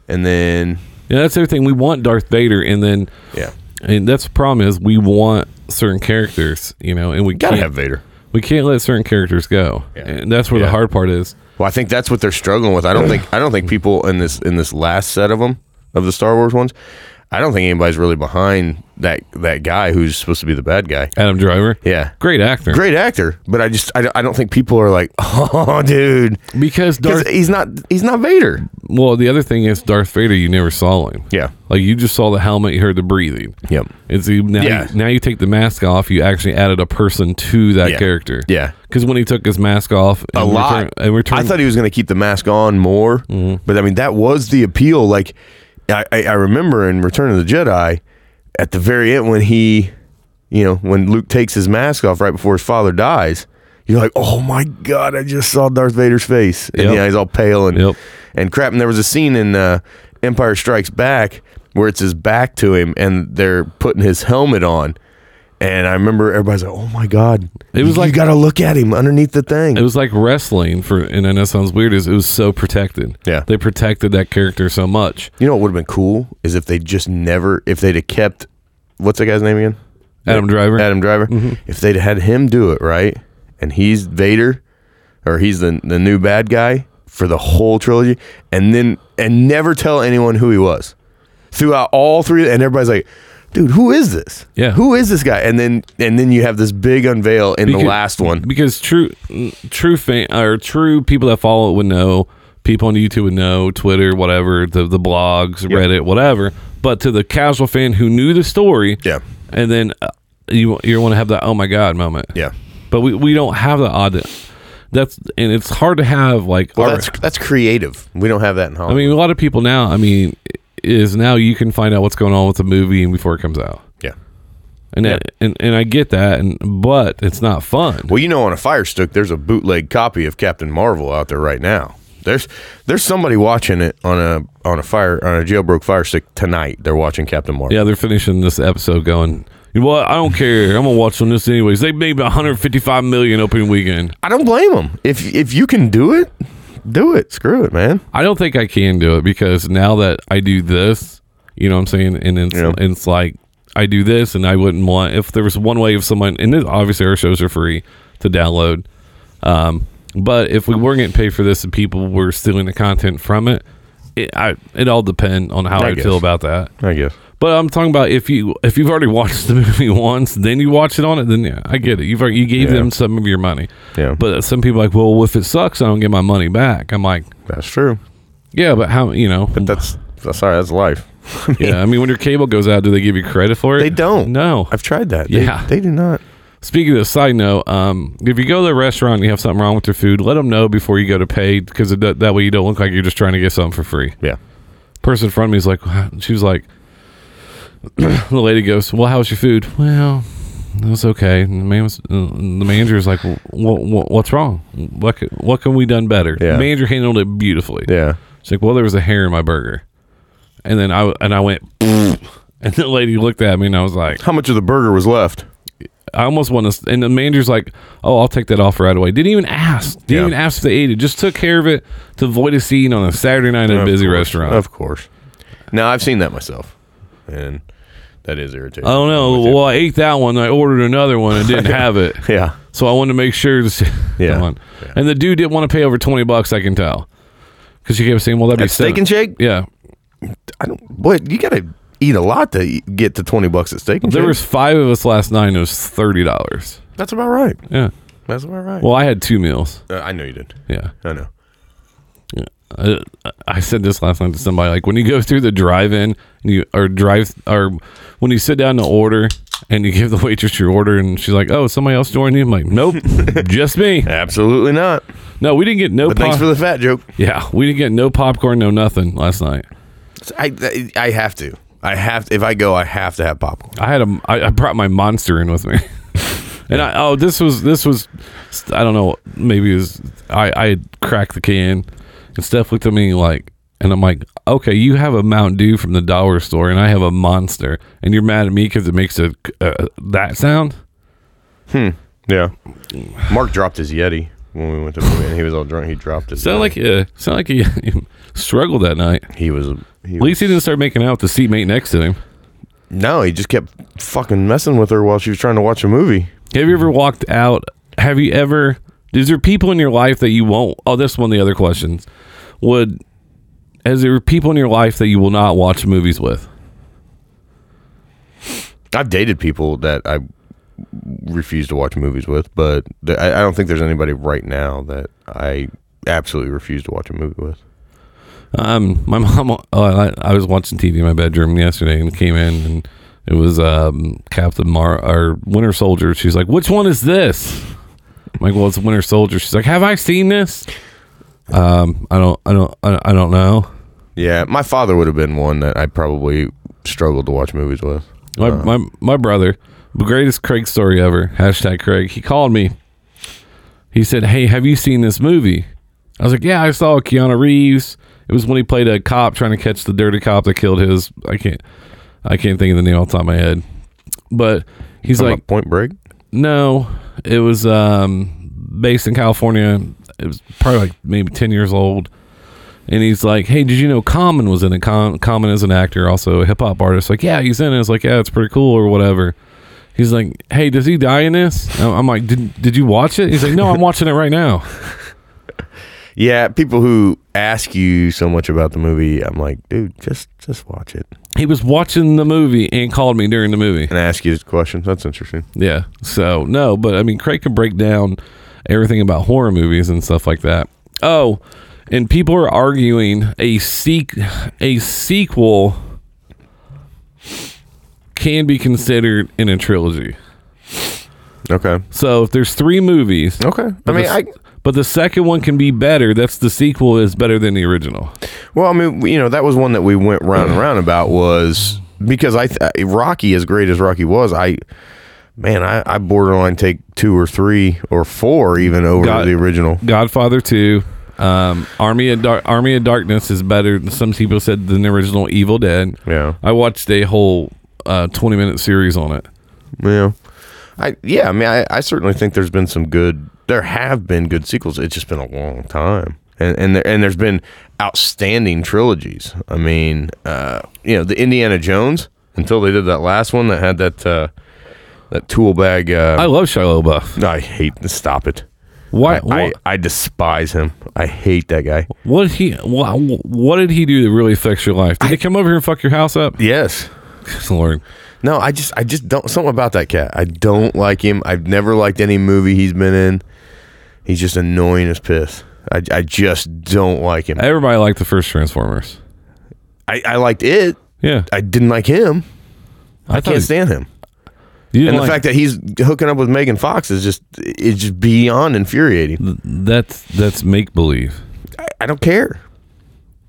[SPEAKER 2] and then
[SPEAKER 1] Yeah, that's everything we want. Darth Vader, and then
[SPEAKER 2] yeah,
[SPEAKER 1] and that's the problem is we want certain characters, you know, and we
[SPEAKER 2] gotta
[SPEAKER 1] can't,
[SPEAKER 2] have Vader.
[SPEAKER 1] we can't let certain characters go,
[SPEAKER 2] Yeah.
[SPEAKER 1] and that's where
[SPEAKER 2] Yeah.
[SPEAKER 1] the hard part is.
[SPEAKER 2] Well, I think that's what they're struggling with. I don't think I don't think people in this in this last set of them of the Star Wars ones. I don't think anybody's really behind that that guy who's supposed to be the bad guy.
[SPEAKER 1] Adam Driver,
[SPEAKER 2] Yeah,
[SPEAKER 1] great actor,
[SPEAKER 2] great actor, but I just I, don't- I don't think people are like, oh, dude,
[SPEAKER 1] because
[SPEAKER 2] because
[SPEAKER 1] Darth.
[SPEAKER 2] he's not he's not Vader.
[SPEAKER 1] Well, the other thing is Darth Vader. You never saw him.
[SPEAKER 2] Yeah.
[SPEAKER 1] like you just saw the helmet, you heard the breathing.
[SPEAKER 2] Yep.
[SPEAKER 1] It's you, now,
[SPEAKER 2] Yeah.
[SPEAKER 1] you, now you take the mask off. You actually added a person to that
[SPEAKER 2] Yeah.
[SPEAKER 1] character.
[SPEAKER 2] Yeah.
[SPEAKER 1] because when he took his mask off,
[SPEAKER 2] A
[SPEAKER 1] and
[SPEAKER 2] lot.
[SPEAKER 1] and Mm-hmm. return,
[SPEAKER 2] I thought he was going to keep the mask on more, but I mean that was the appeal. Like I, I, I remember in Return of the Jedi, at the very end when he, you know, when Luke takes his mask off right before his father dies, you're like, oh my god, I just saw Darth Vader's face, and
[SPEAKER 1] Yep.
[SPEAKER 2] yeah, he's all pale and
[SPEAKER 1] Yep.
[SPEAKER 2] and crap. And there was a scene in uh, Empire Strikes Back where it's his back to him, and they're putting his helmet on. And I remember everybody's like, "Oh my god!"
[SPEAKER 1] It was
[SPEAKER 2] You-
[SPEAKER 1] like-
[SPEAKER 2] you got to look at him underneath the thing.
[SPEAKER 1] it was like wrestling for, and I know it sounds weird. Is it was so protected.
[SPEAKER 2] Yeah.
[SPEAKER 1] they protected that character so much.
[SPEAKER 2] You know what would have been cool is if they just never, if they'd have kept, what's that guy's name again?
[SPEAKER 1] Adam Driver. Mm-hmm.
[SPEAKER 2] Adam Driver. If they'd had him do it right, and he's Vader, or he's the the new bad guy for the whole trilogy, and then and never tell anyone who he was throughout all three, and everybody's like. Dude, who is this?
[SPEAKER 1] Yeah.
[SPEAKER 2] who is this guy? And then, and then you have this big unveil in the
[SPEAKER 1] Because-
[SPEAKER 2] last one.
[SPEAKER 1] because true true fan or true people that follow it would know people on youtube would know twitter whatever the, the blogs reddit whatever but to the casual fan who knew the story
[SPEAKER 2] Yeah.
[SPEAKER 1] and then uh, you you want to have that oh my god moment
[SPEAKER 2] Yeah,
[SPEAKER 1] but we, we don't have the odd that's and it's hard to have like
[SPEAKER 2] well,
[SPEAKER 1] our-
[SPEAKER 2] that's that's creative. We don't have that in
[SPEAKER 1] i
[SPEAKER 2] Hollywood.
[SPEAKER 1] mean a lot of people now i mean is now you can find out what's going on with the movie before it comes out
[SPEAKER 2] yeah.
[SPEAKER 1] and that, and, and i get that and but it's not fun
[SPEAKER 2] Well, you know, on a Fire Stick, there's a bootleg copy of Captain Marvel out there right now. There's there's somebody watching it on a on a fire on a jailbroke Fire Stick tonight. They're watching Captain Marvel.
[SPEAKER 1] Yeah, they're finishing this episode going. You know what? I don't care. I'm gonna watch on this anyways. They made 155 million opening weekend.
[SPEAKER 2] I don't blame them. If if you can do it, do it. Screw it, man.
[SPEAKER 1] I don't think I can do it because now that I do this, you know what I'm saying? And it's,
[SPEAKER 2] Yeah.
[SPEAKER 1] it's like, I do this and I wouldn't want, if there was one way of someone, and then obviously our shows are free to download. Um, but if we weren't getting paid for this and people were stealing the content from it, it, I, it all depend on how
[SPEAKER 2] I
[SPEAKER 1] I,
[SPEAKER 2] guess.
[SPEAKER 1] feel about that.
[SPEAKER 2] I guess.
[SPEAKER 1] But I'm talking about if you if you've already watched the movie once, then you watch it on it. Then yeah, I get it. You've already, you gave
[SPEAKER 2] Yeah.
[SPEAKER 1] them some of your money.
[SPEAKER 2] Yeah.
[SPEAKER 1] But some people are like, well, if it sucks, I don't get my money back. I'm like,
[SPEAKER 2] That's true.
[SPEAKER 1] yeah, but how you know?
[SPEAKER 2] But that's that's all right. That's life.
[SPEAKER 1] yeah, I mean, when your cable goes out, do they give you credit for it?
[SPEAKER 2] They don't.
[SPEAKER 1] No.
[SPEAKER 2] I've tried that. They-
[SPEAKER 1] Yeah.
[SPEAKER 2] They, do not.
[SPEAKER 1] Speaking of this, side note, um, if you go to a restaurant and you have something wrong with your food, let them know before you go to pay because that way you don't look like you're just trying to get something for free.
[SPEAKER 2] Yeah.
[SPEAKER 1] person in front of me is like, "Huh?" she was like, the lady goes, well, how was your food? Well, it was okay. And the man was, uh, the manager is like, well, wha what's wrong? What could, what can we done better?
[SPEAKER 2] Yeah.
[SPEAKER 1] The manager handled it beautifully.
[SPEAKER 2] Yeah.
[SPEAKER 1] She's like, well, there was a hair in my burger, and then I and I went, and the lady looked at me and I was like,
[SPEAKER 2] How much of the burger was left?
[SPEAKER 1] I almost want to. And the manager's like, "Oh, I'll take that off right away." Didn't even ask. Didn't
[SPEAKER 2] Yeah.
[SPEAKER 1] even ask if they ate it. Just took care of it to avoid a scene on a Saturday night at a
[SPEAKER 2] Of
[SPEAKER 1] busy
[SPEAKER 2] course.
[SPEAKER 1] restaurant.
[SPEAKER 2] Of course. No, I've seen that myself, and that is irritating.
[SPEAKER 1] I don't know.
[SPEAKER 2] With you.
[SPEAKER 1] Well, I ate that one. I ordered another one and didn't have it.
[SPEAKER 2] Yeah.
[SPEAKER 1] So I wanted to make sure. To,
[SPEAKER 2] Yeah.
[SPEAKER 1] Come on. And the dude didn't want to pay over twenty bucks. I can tell because she kept saying, "Well, that'd
[SPEAKER 2] At
[SPEAKER 1] be seven-
[SPEAKER 2] Steak and Shake?
[SPEAKER 1] Yeah.
[SPEAKER 2] I don't. What you gotta eat a lot to e- get to twenty bucks at steak. and
[SPEAKER 1] There
[SPEAKER 2] Shake.
[SPEAKER 1] was five of us last night. and It was thirty dollars.
[SPEAKER 2] That's about right.
[SPEAKER 1] Yeah.
[SPEAKER 2] That's about right.
[SPEAKER 1] Well, I had two meals.
[SPEAKER 2] Uh, I know you did.
[SPEAKER 1] Yeah.
[SPEAKER 2] I know.
[SPEAKER 1] I, I said this last night to somebody like when you go through the drive-in and you or drive or when you sit down to order and you give the waitress your order and she's like, "Oh, somebody else joined you." I'm like, "Nope, just me."
[SPEAKER 2] Absolutely not.
[SPEAKER 1] No, we didn't get no.
[SPEAKER 2] But thanks
[SPEAKER 1] pop-
[SPEAKER 2] for the fat joke.
[SPEAKER 1] yeah, we didn't get no popcorn, no nothing last night.
[SPEAKER 2] I, I I have to. I have to, if I go, I have to have popcorn.
[SPEAKER 1] I had a I, I brought my monster in with me, and I oh this was this was I don't know maybe it was I I had cracked the can and Steph looked at me like and I'm like okay you have a Mountain Dew from the dollar store and I have a monster and you're mad at me because it makes a uh, that sound
[SPEAKER 2] Yeah. Mark dropped his Yeti when we went to the movie, and he was all drunk. He dropped his.
[SPEAKER 1] sound like uh, sound like he, he struggled that night.
[SPEAKER 2] he was. He
[SPEAKER 1] At least he didn't start making out with the seatmate next to him.
[SPEAKER 2] no, he just kept fucking messing with her while she was trying to watch a movie.
[SPEAKER 1] Have you ever walked out? Have you ever? Is there people in your life that you won't? Oh, this one. of The other questions would. Is there people in your life that you will not watch movies with?
[SPEAKER 2] I've dated people that I refuse to watch movies with, but th- I, I don't think there's anybody right now that I absolutely refuse to watch a movie with.
[SPEAKER 1] Um, my mom. Oh, I, I was watching TV in my bedroom yesterday and came in and it was um Captain Mar or Winter Soldier. She's like, "Which one is this?" I'm like, "Well, it's Winter Soldier." She's like, "Have I seen this?" Um, I don't, I don't, I I don't know.
[SPEAKER 2] Yeah, my father would have been one that I probably struggled to watch movies with.
[SPEAKER 1] My,
[SPEAKER 2] Uh-huh.
[SPEAKER 1] my my brother, the greatest Craig story ever. Hashtag Craig. He called me. He said, "Hey, have you seen this movie?" I was like, "Yeah, I saw Keanu Reeves. It was when he played a cop trying to catch the dirty cop that killed his. I can't, I can't think of the name off the top of my head. But he's
[SPEAKER 2] Talking
[SPEAKER 1] like,
[SPEAKER 2] about Point Break.
[SPEAKER 1] no, it was um, based in California. It was probably like maybe ten years old. And he's like, "Hey, did you know Common was in it? Com- Common is an actor, also a hip hop artist. Like, yeah, he's in it. It's like, yeah, it's pretty cool or whatever." He's like, "Hey, does he die in this?" I'm I'm like, "Did did you watch it?" He's like, "No, I'm watching it right now."
[SPEAKER 2] Yeah, people who ask you so much about the movie, I'm like, dude, just just watch it
[SPEAKER 1] He was watching the movie and called me during the movie.
[SPEAKER 2] and ask you questions. That's interesting.
[SPEAKER 1] Yeah. So no, but I mean, Craig can break down everything about horror movies and stuff like that. Oh, and people are arguing a sequ- a sequel can be considered in a trilogy.
[SPEAKER 2] Okay,
[SPEAKER 1] So if there's three movies,
[SPEAKER 2] okay. I
[SPEAKER 1] but
[SPEAKER 2] mean,
[SPEAKER 1] the,
[SPEAKER 2] I
[SPEAKER 1] s- but the second one can be better. That's the sequel is better than the original.
[SPEAKER 2] Well, I mean, we- you know, that was one that we went round and round about was because I th- Rocky, as great as Rocky was, I man, I, I borderline take two or three or four even over
[SPEAKER 1] Got-
[SPEAKER 2] the original.
[SPEAKER 1] Godfather Two, um, Army of Dar- Army of Darkness is better. Some people said than the original Evil Dead.
[SPEAKER 2] Yeah.
[SPEAKER 1] I watched a whole uh, twenty minute series on it.
[SPEAKER 2] Yeah, I yeah, I mean, I, I certainly think there's been some good. There have been good sequels. It's just been a long time. and and there and there's been outstanding trilogies. I mean, uh, you know, the Indiana Jones until they did that last one that had that uh, that tool bag. Uh,
[SPEAKER 1] I love Shia LaBeouf.
[SPEAKER 2] I hate. Stop it.
[SPEAKER 1] Why?
[SPEAKER 2] I, I,
[SPEAKER 1] wha-
[SPEAKER 2] I despise him. I hate that guy.
[SPEAKER 1] what did he? What, what did he do that really affects your life? Did he come over here and fuck your house up?
[SPEAKER 2] Yes.
[SPEAKER 1] Lord,
[SPEAKER 2] No, I just I just don't something about that cat. I don't like him. I've never liked any movie he's been in. He's just annoying as piss. I, I just don't like him. I,
[SPEAKER 1] everybody liked the first Transformers.
[SPEAKER 2] I liked it.
[SPEAKER 1] Yeah,
[SPEAKER 2] I didn't like him. I,
[SPEAKER 1] thought
[SPEAKER 2] can't
[SPEAKER 1] he-
[SPEAKER 2] stand him.
[SPEAKER 1] You didn't
[SPEAKER 2] And the
[SPEAKER 1] like-
[SPEAKER 2] fact that he's hooking up with Megan Fox is just it's just beyond infuriating.
[SPEAKER 1] that's that's make believe.
[SPEAKER 2] I, I don't care.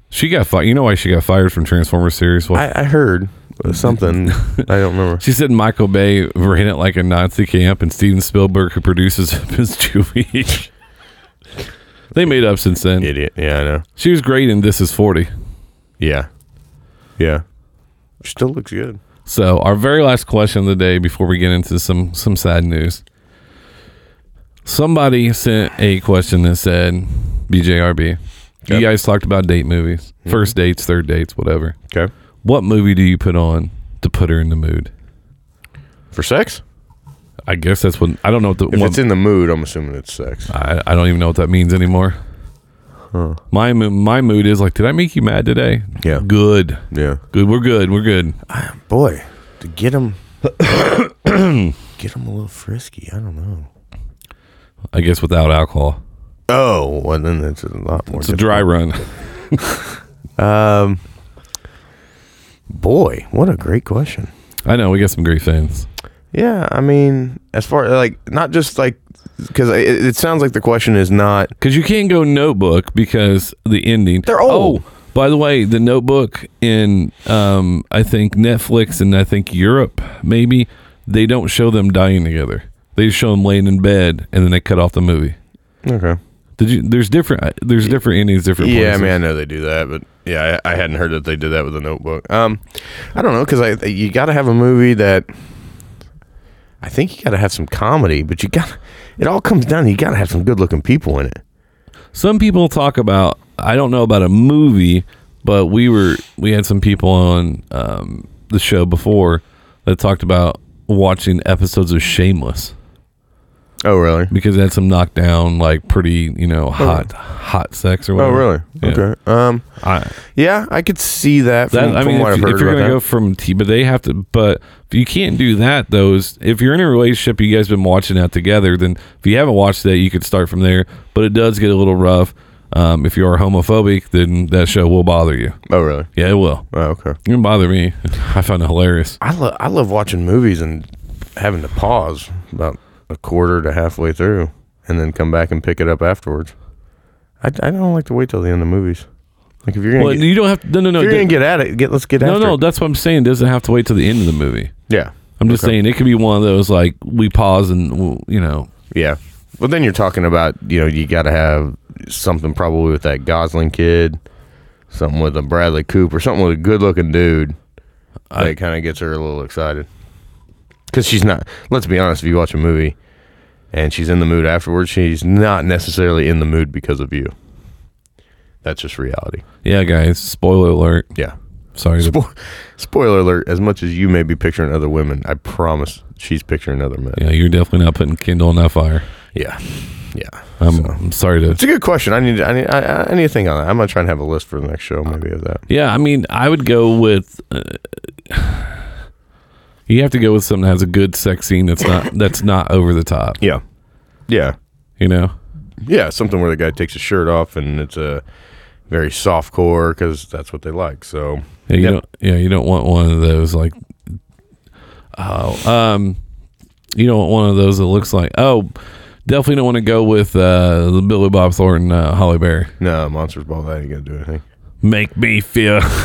[SPEAKER 1] She got fired. You know why she got fired from Transformers series? Well,
[SPEAKER 2] I, I heard something. I don't remember.
[SPEAKER 1] she said Michael Bay ran it like a Nazi camp, and Steven Spielberg, who produces it, is Jewish. they made up since then.
[SPEAKER 2] Idiot. Yeah, I know.
[SPEAKER 1] She was great in This Is Forty.
[SPEAKER 2] Yeah, yeah. Still looks good.
[SPEAKER 1] So our very last question of the day before we get into some some sad news. Somebody sent a question that said, "BJRB, you
[SPEAKER 2] Yep. Mm-hmm.
[SPEAKER 1] guys talked about date movies, first dates, third dates, whatever.
[SPEAKER 2] Okay.
[SPEAKER 1] What movie do you put on to put her in the mood?
[SPEAKER 2] For sex?
[SPEAKER 1] I guess that's what I don't know what the
[SPEAKER 2] If
[SPEAKER 1] what,
[SPEAKER 2] it's in the mood, I'm assuming it's sex.
[SPEAKER 1] I, I don't even know what that means anymore. My mo- my mood is like, did I make you mad today?
[SPEAKER 2] Yeah.
[SPEAKER 1] good,
[SPEAKER 2] Yeah.
[SPEAKER 1] good. We're good. We're good.
[SPEAKER 2] Boy, to get him, get him a little frisky. I don't know.
[SPEAKER 1] I guess without alcohol,
[SPEAKER 2] Oh, well, then that's a lot more.
[SPEAKER 1] it's a dry run.
[SPEAKER 2] Um, boy, what a great question.
[SPEAKER 1] I know we got some great fans.
[SPEAKER 2] Yeah, I mean, as far like not just like because it, it sounds like the question is not
[SPEAKER 1] Because you can't go notebook because the ending.
[SPEAKER 2] They're old.
[SPEAKER 1] Oh, by the way, the notebook in um, I think Netflix and I think Europe maybe they don't show them dying together. They just show them laying in bed and then they cut off the movie.
[SPEAKER 2] okay.
[SPEAKER 1] Did you? There's different. uh, There's different endings. Different.
[SPEAKER 2] Yeah, I
[SPEAKER 1] places.
[SPEAKER 2] mean, I know they do that, but yeah, I, I hadn't heard that they did that with a notebook. Um, I don't know because I you got to have a movie that I think you got to have some comedy, but you got it all comes down. to You got to have some good looking people in it.
[SPEAKER 1] Some people talk about. I don't know about a movie, but we were we had some people on um, the show before that talked about watching episodes of Shameless.
[SPEAKER 2] Oh, really?
[SPEAKER 1] because it had some knockdown, like pretty, you know, hot, hot sex or
[SPEAKER 2] Oh,
[SPEAKER 1] whatever.
[SPEAKER 2] really?
[SPEAKER 1] Yeah.
[SPEAKER 2] Okay. Um,
[SPEAKER 1] I,
[SPEAKER 2] yeah, I could see that. From,
[SPEAKER 1] that I
[SPEAKER 2] from
[SPEAKER 1] mean,
[SPEAKER 2] what
[SPEAKER 1] if,
[SPEAKER 2] I've
[SPEAKER 1] you-
[SPEAKER 2] heard
[SPEAKER 1] if you're
[SPEAKER 2] about
[SPEAKER 1] gonna
[SPEAKER 2] that.
[SPEAKER 1] go from T, but they have to. But if you can't do that, though, is if you're in a relationship, you guys been watching that together, then if you haven't watched that, you could start from there. But it does get a little rough. Um, if you are homophobic, then that show will bother you.
[SPEAKER 2] oh, really?
[SPEAKER 1] Yeah, it will.
[SPEAKER 2] Oh, okay.
[SPEAKER 1] It didn't bother me. I found it hilarious.
[SPEAKER 2] I love I love watching movies and having to pause about a quarter to halfway through, and then come back and pick it up afterwards. I, I don't like to wait till the end of movies. Like if you're gonna
[SPEAKER 1] Well,
[SPEAKER 2] get,
[SPEAKER 1] you don't have to. No, no, no.
[SPEAKER 2] if you're
[SPEAKER 1] d-
[SPEAKER 2] gonna get at it, get let's get
[SPEAKER 1] no,
[SPEAKER 2] after
[SPEAKER 1] no.
[SPEAKER 2] it.
[SPEAKER 1] That's what I'm saying. It doesn't have to wait till the end of the movie.
[SPEAKER 2] yeah,
[SPEAKER 1] I'm just saying it could be one of those like we pause and w- you know
[SPEAKER 2] yeah. Well, then you're talking about you know you got to have something probably with that Gosling kid, something with a Bradley Cooper, something with a good looking dude that kind of gets her a little excited. Because she's not. Let's be honest. If you watch a movie and she's in the mood afterwards, she's not necessarily in the mood because of you. That's just reality.
[SPEAKER 1] Yeah, guys. Spoiler alert.
[SPEAKER 2] Yeah.
[SPEAKER 1] Sorry. to-
[SPEAKER 2] Spoil spoiler alert. As much as you may be picturing other women, I promise she's picturing other men.
[SPEAKER 1] yeah, you're definitely not putting Kindle on that fire.
[SPEAKER 2] Yeah. Yeah.
[SPEAKER 1] I'm, I'm sorry
[SPEAKER 2] It's
[SPEAKER 1] to.
[SPEAKER 2] a good question. I need. I need. I, I- I need to think on that. I'm gonna try and have a list for the next show, maybe of that.
[SPEAKER 1] Yeah, I mean, I would go with. Uh, you have to go with something that has a good sex scene that's not that's not over the top.
[SPEAKER 2] Yeah. Yeah.
[SPEAKER 1] You know.
[SPEAKER 2] Yeah. Something where the guy takes his shirt off and it's a very soft core because that's what they like. So.
[SPEAKER 1] Yeah, you
[SPEAKER 2] Yep.
[SPEAKER 1] don't. Yeah, you don't want one of those like. Oh, um, you don't want one of those that looks like oh. Definitely don't want to go with uh, the Billy Bob Thornton, uh, Holly Berry.
[SPEAKER 2] No, Monsters Ball. That ain't gonna do anything.
[SPEAKER 1] Make me feel.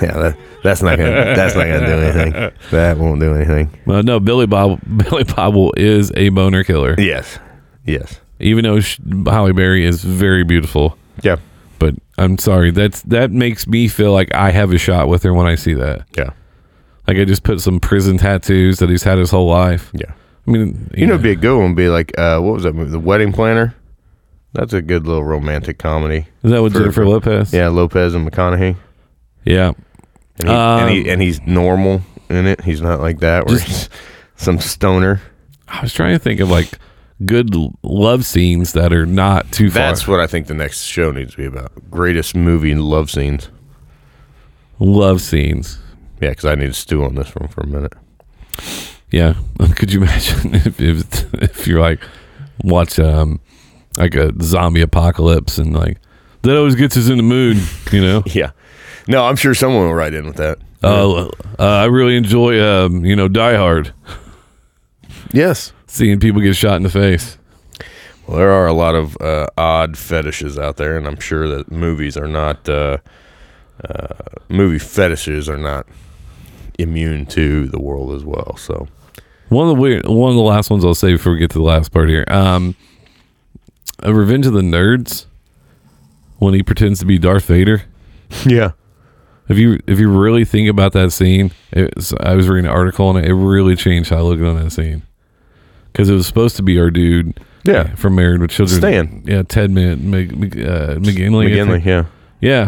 [SPEAKER 2] Yeah, that, that's not gonna. that's not gonna do anything. That won't do anything.
[SPEAKER 1] Well, no, Billy Bob Billy Bobble is a boner killer.
[SPEAKER 2] Yes. Yes.
[SPEAKER 1] Even though sh Holly Berry is very beautiful,
[SPEAKER 2] Yeah.
[SPEAKER 1] but I'm sorry that's that makes me feel like I have a shot with her when I see that.
[SPEAKER 2] Yeah.
[SPEAKER 1] Like I just put some prison tattoos that he's had his whole life.
[SPEAKER 2] Yeah.
[SPEAKER 1] I mean,
[SPEAKER 2] You know, it'd be a good one. Would be like, uh, what was that movie? The Wedding Planner. That's a good little romantic comedy.
[SPEAKER 1] Is that with Jennifer Lopez?
[SPEAKER 2] Yeah, Lopez and McConaughey.
[SPEAKER 1] Yeah.
[SPEAKER 2] And, he, and, he, and he's normal in it. He's not like that where he's some stoner.
[SPEAKER 1] I was trying to think of like good l- love scenes that are not too far.
[SPEAKER 2] That's what I think the next show needs to be about. Greatest movie and love scenes.
[SPEAKER 1] love scenes.
[SPEAKER 2] Yeah, because I need to stew on this one for a minute.
[SPEAKER 1] Yeah. Could you imagine if if, if you're like watch um like a zombie apocalypse and like that always gets us in the mood, you know?
[SPEAKER 2] Yeah. No, I'm sure someone will write in with that.
[SPEAKER 1] Oh, uh, I really enjoy um, you know, Die Hard.
[SPEAKER 2] Yes.
[SPEAKER 1] Seeing people get shot in the face.
[SPEAKER 2] Well, there are a lot of uh, odd fetishes out there, and I'm sure that movies are not uh, uh, movie fetishes are not immune to the world as well. So
[SPEAKER 1] One of the weird, one of the last ones I'll say before we get to the last part here. Um, uh, Revenge of the Nerds when he pretends to be Darth Vader.
[SPEAKER 2] yeah,
[SPEAKER 1] If you if you really think about that scene, it's, I was reading an article on it. It really changed how I looked on that scene because it was supposed to be our dude, uh,
[SPEAKER 2] Yeah.
[SPEAKER 1] from Married with Children,
[SPEAKER 2] Stan.
[SPEAKER 1] yeah, Ted Mc, Mc, Mc- uh, McGinley, I
[SPEAKER 2] McGinley.
[SPEAKER 1] think.
[SPEAKER 2] Yeah,
[SPEAKER 1] yeah,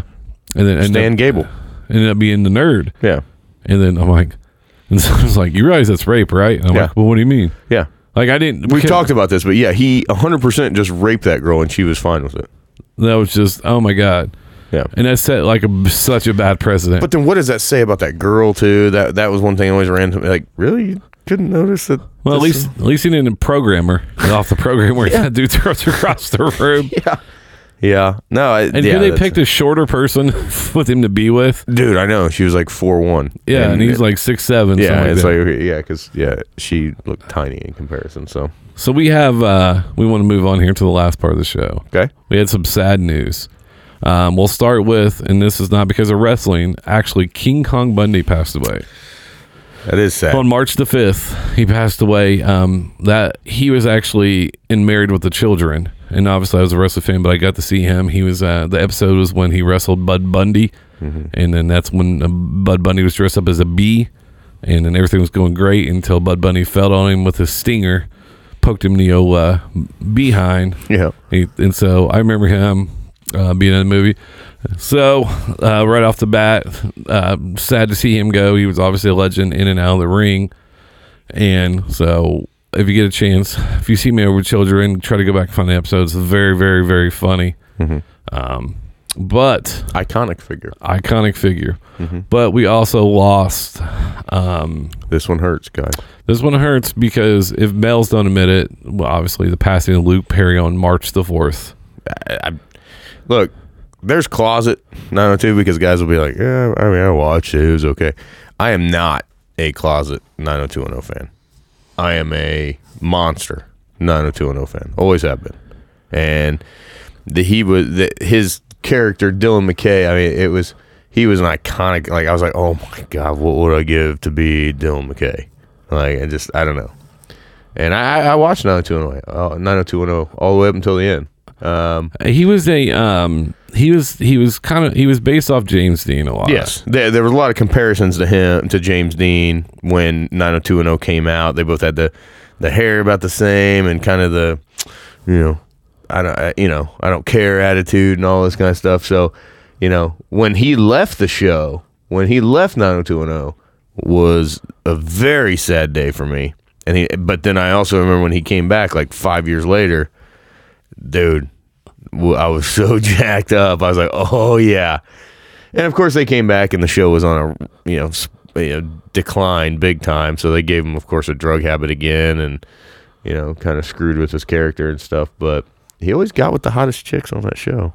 [SPEAKER 1] and then ended
[SPEAKER 2] Stan
[SPEAKER 1] up, uh,
[SPEAKER 2] Gable.
[SPEAKER 1] ended up being the nerd,
[SPEAKER 2] Yeah,
[SPEAKER 1] and then I'm like, and so I was like, you realize that's rape, right? And I'm
[SPEAKER 2] Yeah.
[SPEAKER 1] like, well, what do you mean?
[SPEAKER 2] yeah.
[SPEAKER 1] Like I didn't.
[SPEAKER 2] We've
[SPEAKER 1] can't-
[SPEAKER 2] talked about this, but yeah, he 100% just raped that girl, and she was fine with it.
[SPEAKER 1] That was just oh my god,
[SPEAKER 2] Yeah.
[SPEAKER 1] and that set like a, such a bad precedent.
[SPEAKER 2] But then, what does that say about that girl too? That that was one thing I always ran to. Like, really, you couldn't notice that?
[SPEAKER 1] Well, at
[SPEAKER 2] this-
[SPEAKER 1] least at least he didn't program her Get off the program where that dude throws across the room.
[SPEAKER 2] yeah. No, I,
[SPEAKER 1] And
[SPEAKER 2] yeah,
[SPEAKER 1] could they
[SPEAKER 2] that's-
[SPEAKER 1] picked a shorter person with him to be with?
[SPEAKER 2] dude. I know she was like four one.
[SPEAKER 1] Yeah, and, he's like six seven.
[SPEAKER 2] yeah,
[SPEAKER 1] something like
[SPEAKER 2] it's
[SPEAKER 1] that.
[SPEAKER 2] like okay, yeah, because yeah, she looked tiny in comparison. So
[SPEAKER 1] so we have uh we want to move on here to the last part of the show.
[SPEAKER 2] okay,
[SPEAKER 1] We had some sad news. Um, we'll start with, and this is not because of wrestling. Actually, King Kong Bundy passed away.
[SPEAKER 2] that is sad.
[SPEAKER 1] on March the fifth, he passed away. Um, that he was actually in Married with the Children, and obviously I was a wrestling fan, but I got to see him. He was uh, the episode was when he wrestled Bud Bundy, and then that's when uh, Bud Bundy was dressed up as a bee, and then everything was going great until Bud Bundy fell on him with his stinger, poked him in the old uh, behind,
[SPEAKER 2] yeah,
[SPEAKER 1] he, and so I remember him uh, being in the movie. So uh, right off the bat, uh, sad to see him go. He was obviously a legend in and out of the ring, and so if you get a chance, if you see me over children, try to go back and find the episodes. It's very, very, very funny. Um, but
[SPEAKER 2] iconic figure.
[SPEAKER 1] iconic figure. But we also lost. Um,
[SPEAKER 2] This one hurts, guys.
[SPEAKER 1] this one hurts because if males don't admit it, well, obviously the passing of Luke Perry on March the fourth.
[SPEAKER 2] Look, there's closet 902 because guys will be like, yeah, I mean, I watched it. It was okay. I am not a closet 90210 fan. I am a monster 90210 fan. Always have been. And the he was the, his character Dylan McKay. I mean, it was he was an iconic. Like I was like, oh my god, what would I give to be Dylan McKay? Like I just I don't know. And I, I watched 90210, uh, 90210 all the way up until the end. Um,
[SPEAKER 1] He was a um he was he was kind of he was based off James Dean a lot.
[SPEAKER 2] Yes, there, there was a lot of comparisons to him to James Dean when 90210 came out. They both had the the hair about the same and kind of the you know I don't I, you know I don't care attitude and all this kind of stuff. So you know when he left the show, when he left 90210 was a very sad day for me. And he, but then I also remember when he came back like five years later, dude. w- I was so jacked up. I was like, "Oh yeah, and of course, they came back, and the show was on a you know, s- you know decline big time. So they gave him, of course, a drug habit again, and you know, kind of screwed with his character and stuff. But he always got with the hottest chicks on that show.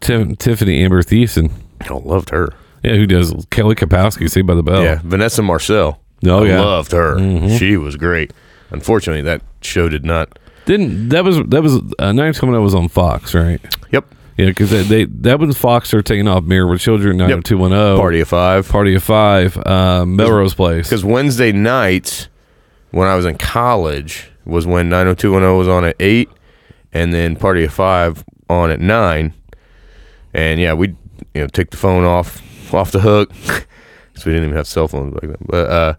[SPEAKER 1] Tim, Tiffany Amber Thiessen.
[SPEAKER 2] I loved her.
[SPEAKER 1] Yeah, who does Kelly Kapowski, Saved by the Bell.
[SPEAKER 2] Yeah, Oh. Vanessa Marcel.
[SPEAKER 1] Oh,
[SPEAKER 2] I
[SPEAKER 1] yeah. Mm-hmm.
[SPEAKER 2] loved her. She was great. Unfortunately, that show did not.
[SPEAKER 1] Didn't that was that was uh, Nine Coming Out was on Fox, right?
[SPEAKER 2] Yep.
[SPEAKER 1] Yeah, because they, they that was Fox are taking off Mirror with Children, nine hundred two one zero
[SPEAKER 2] Party of five.
[SPEAKER 1] Party of Five, um, Melrose Place.
[SPEAKER 2] Because Wednesday nights, when I was in college, was when 90210 was on at 8 and then Party of 5 on at 9. And yeah, we'd you know, take the phone off off the hook because we didn't even have cell phones back then. But uh,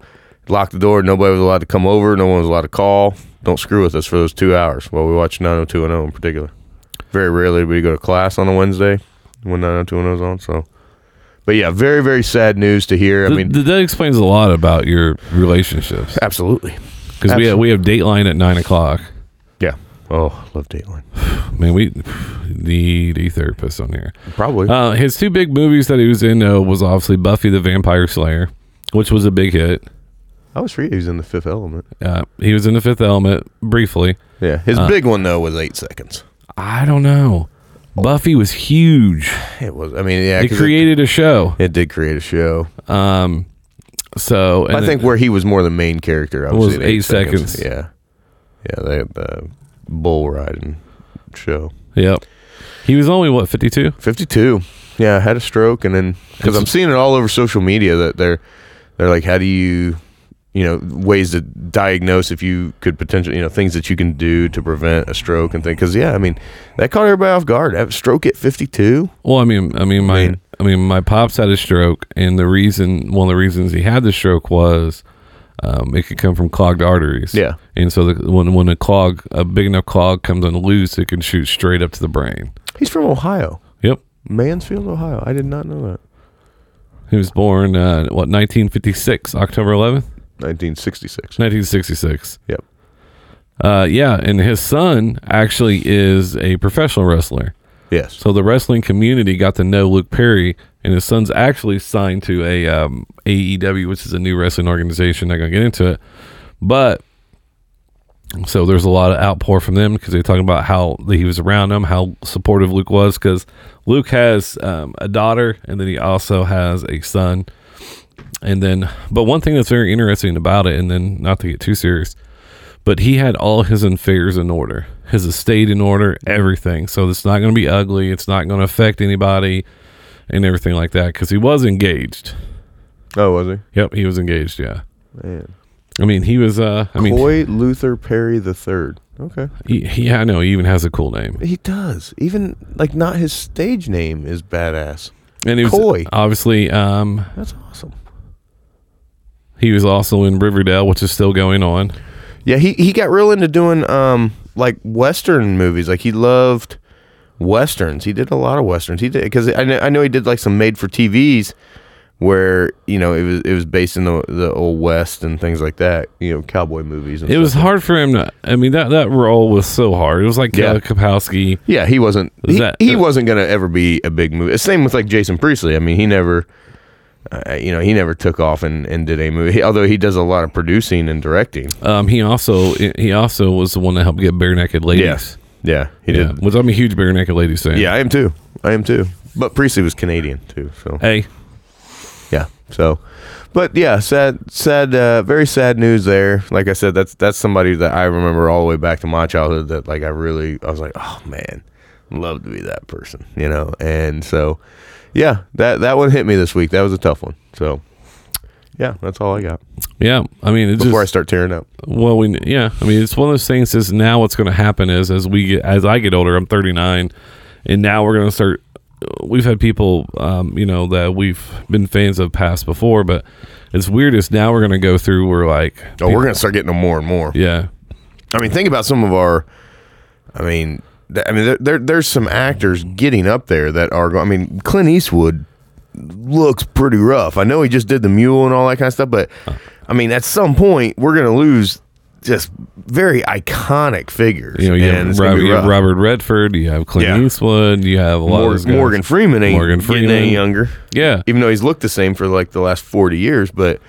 [SPEAKER 2] lock the door. Nobody was allowed to oh come over. No one was allowed to call. Don't screw with us for those two hours while we watched 90210 in particular. Very rarely we go to class on a Wednesday when 90210 is on. So, but yeah, very very sad news to hear. I
[SPEAKER 1] Th-
[SPEAKER 2] mean,
[SPEAKER 1] th- that explains a lot about your relationships
[SPEAKER 2] absolutely.
[SPEAKER 1] because we have, we have Dateline at nine o'clock.
[SPEAKER 2] Yeah. Oh, love Dateline.
[SPEAKER 1] Man, we need a therapist on here.
[SPEAKER 2] Probably.
[SPEAKER 1] Uh, his two big movies that he was in uh, was obviously Buffy the Vampire Slayer, which was a big hit.
[SPEAKER 2] I was free. He was in the Fifth Element.
[SPEAKER 1] Uh, he was in The Fifth Element briefly.
[SPEAKER 2] Yeah, his big one though was eight seconds.
[SPEAKER 1] I don't know. Buffy was huge.
[SPEAKER 2] It was. I mean, yeah,
[SPEAKER 1] It
[SPEAKER 2] 'cause
[SPEAKER 1] created a show.
[SPEAKER 2] It, did create a show.
[SPEAKER 1] Um, so and
[SPEAKER 2] I think
[SPEAKER 1] it-
[SPEAKER 2] where he was more the main character. I
[SPEAKER 1] was Eight Seconds.
[SPEAKER 2] Yeah, yeah, they had the bull riding show.
[SPEAKER 1] yep. He was only what fifty two.
[SPEAKER 2] Fifty-two. Yeah, had a stroke, and then because I'm seeing it all over social media that they're they're like, how do you, you know, ways to diagnose if you could potentially, you know, things that you can do to prevent a stroke and things. Because yeah, I mean, that caught everybody off guard. Have a stroke at 52.
[SPEAKER 1] Well, I mean, I mean, my,
[SPEAKER 2] mean-
[SPEAKER 1] I mean, my pops had a stroke, and the reason, one of the reasons he had the stroke was, um, it could come from clogged arteries.
[SPEAKER 2] Yeah.
[SPEAKER 1] And so the, when when a clog, a big enough clog comes on loose, it can shoot straight up to the brain.
[SPEAKER 2] He's from Ohio,
[SPEAKER 1] Yep.
[SPEAKER 2] Mansfield, Ohio. I did not know that.
[SPEAKER 1] He was born uh, what 1956, October 11th,
[SPEAKER 2] 1966.
[SPEAKER 1] 1966.
[SPEAKER 2] Yep.
[SPEAKER 1] Uh, yeah, and his son actually is a professional wrestler.
[SPEAKER 2] Yes.
[SPEAKER 1] So the wrestling community got to know Luke Perry, and his son's actually signed to a um, AEW, which is a new wrestling organization. Not gonna get into it, but so there's a lot of outpour from them because they're talking about how he was around them, how supportive Luke was, because Luke has um, a daughter, and then he also has a son, and then but one thing that's very interesting about it, and then not to get too serious, but he had all his affairs in order, his estate in order, everything. So it's not going to be ugly. It's not going to affect anybody and everything like that because he was engaged.
[SPEAKER 2] oh, was he?
[SPEAKER 1] Yep, he was engaged. Yeah.
[SPEAKER 2] Man.
[SPEAKER 1] I mean, he was, uh, I mean,
[SPEAKER 2] Coy Luther Perry the Third. Okay.
[SPEAKER 1] he, he- yeah, I know. He even has a cool name.
[SPEAKER 2] He does. Even like not his stage name is badass.
[SPEAKER 1] And he was
[SPEAKER 2] Coy.
[SPEAKER 1] obviously, um,
[SPEAKER 2] That's awesome.
[SPEAKER 1] he was also in Riverdale, which is still going on.
[SPEAKER 2] Yeah, he he got real into doing um like western movies. Like he loved westerns. He did a lot of westerns. He did because I know, I know he did like some made for TVs where you know it was it was based in the the old west and things like that. You know, cowboy movies. And
[SPEAKER 1] It
[SPEAKER 2] stuff
[SPEAKER 1] was
[SPEAKER 2] like-
[SPEAKER 1] hard for him to, I mean, that, that role was so hard. It was like
[SPEAKER 2] Yeah.
[SPEAKER 1] Kelly Kapowski.
[SPEAKER 2] Yeah, he wasn't.
[SPEAKER 1] Was
[SPEAKER 2] he,
[SPEAKER 1] that-
[SPEAKER 2] he wasn't going to ever be a big movie. Same with like Jason Priestley. I mean, he never, uh, you know, he never took off and, and did a movie. He- although he does a lot of producing and directing.
[SPEAKER 1] Um, he also, he also was the one that helped get Bare Naked Ladies.
[SPEAKER 2] yeah, he
[SPEAKER 1] Yeah,
[SPEAKER 2] did.
[SPEAKER 1] which I'm a huge bare naked ladies fan.
[SPEAKER 2] Yeah, I am too. I am too. But Priestley was Canadian too. So
[SPEAKER 1] Hey,
[SPEAKER 2] yeah, so. But yeah, sad, sad, uh, very sad news there. Like I said, that's that's somebody that I remember all the way back to my childhood. That like I really, I was like, oh man, love to be that person, you know. And so, yeah, that that one hit me this week. That was a tough one. So, yeah, that's all I got
[SPEAKER 1] yeah. I mean, it's
[SPEAKER 2] before I
[SPEAKER 1] just
[SPEAKER 2] start tearing up.
[SPEAKER 1] well, we yeah. I mean, it's one of those things. Is now what's going to happen is as we get as I get older, I'm 39, and now we're going to start. We've had people, um, you know, that we've been fans of past before, but it's weird. Is now we're going to go through. We're like,
[SPEAKER 2] Oh, we're gonna start getting them more and more.
[SPEAKER 1] yeah,
[SPEAKER 2] I mean, think about some of our. I mean, th- I mean, there, there there's some actors getting up there that are. go- I mean, Clint Eastwood looks pretty rough. I know he just did the mule and all that kind of stuff, but I mean, at some point, we're gonna lose just very iconic figures.
[SPEAKER 1] you know, you,
[SPEAKER 2] and
[SPEAKER 1] have,
[SPEAKER 2] it's gonna
[SPEAKER 1] Rob,
[SPEAKER 2] be
[SPEAKER 1] you have
[SPEAKER 2] rough.
[SPEAKER 1] Robert Redford, you have Clint
[SPEAKER 2] Yeah.
[SPEAKER 1] Eastwood, you have a lot of those
[SPEAKER 2] Morgan,
[SPEAKER 1] guys.
[SPEAKER 2] Morgan Freeman ain't
[SPEAKER 1] Morgan
[SPEAKER 2] getting
[SPEAKER 1] Freeman.
[SPEAKER 2] any younger.
[SPEAKER 1] Yeah,
[SPEAKER 2] Even though he's looked the same for like the last forty years, but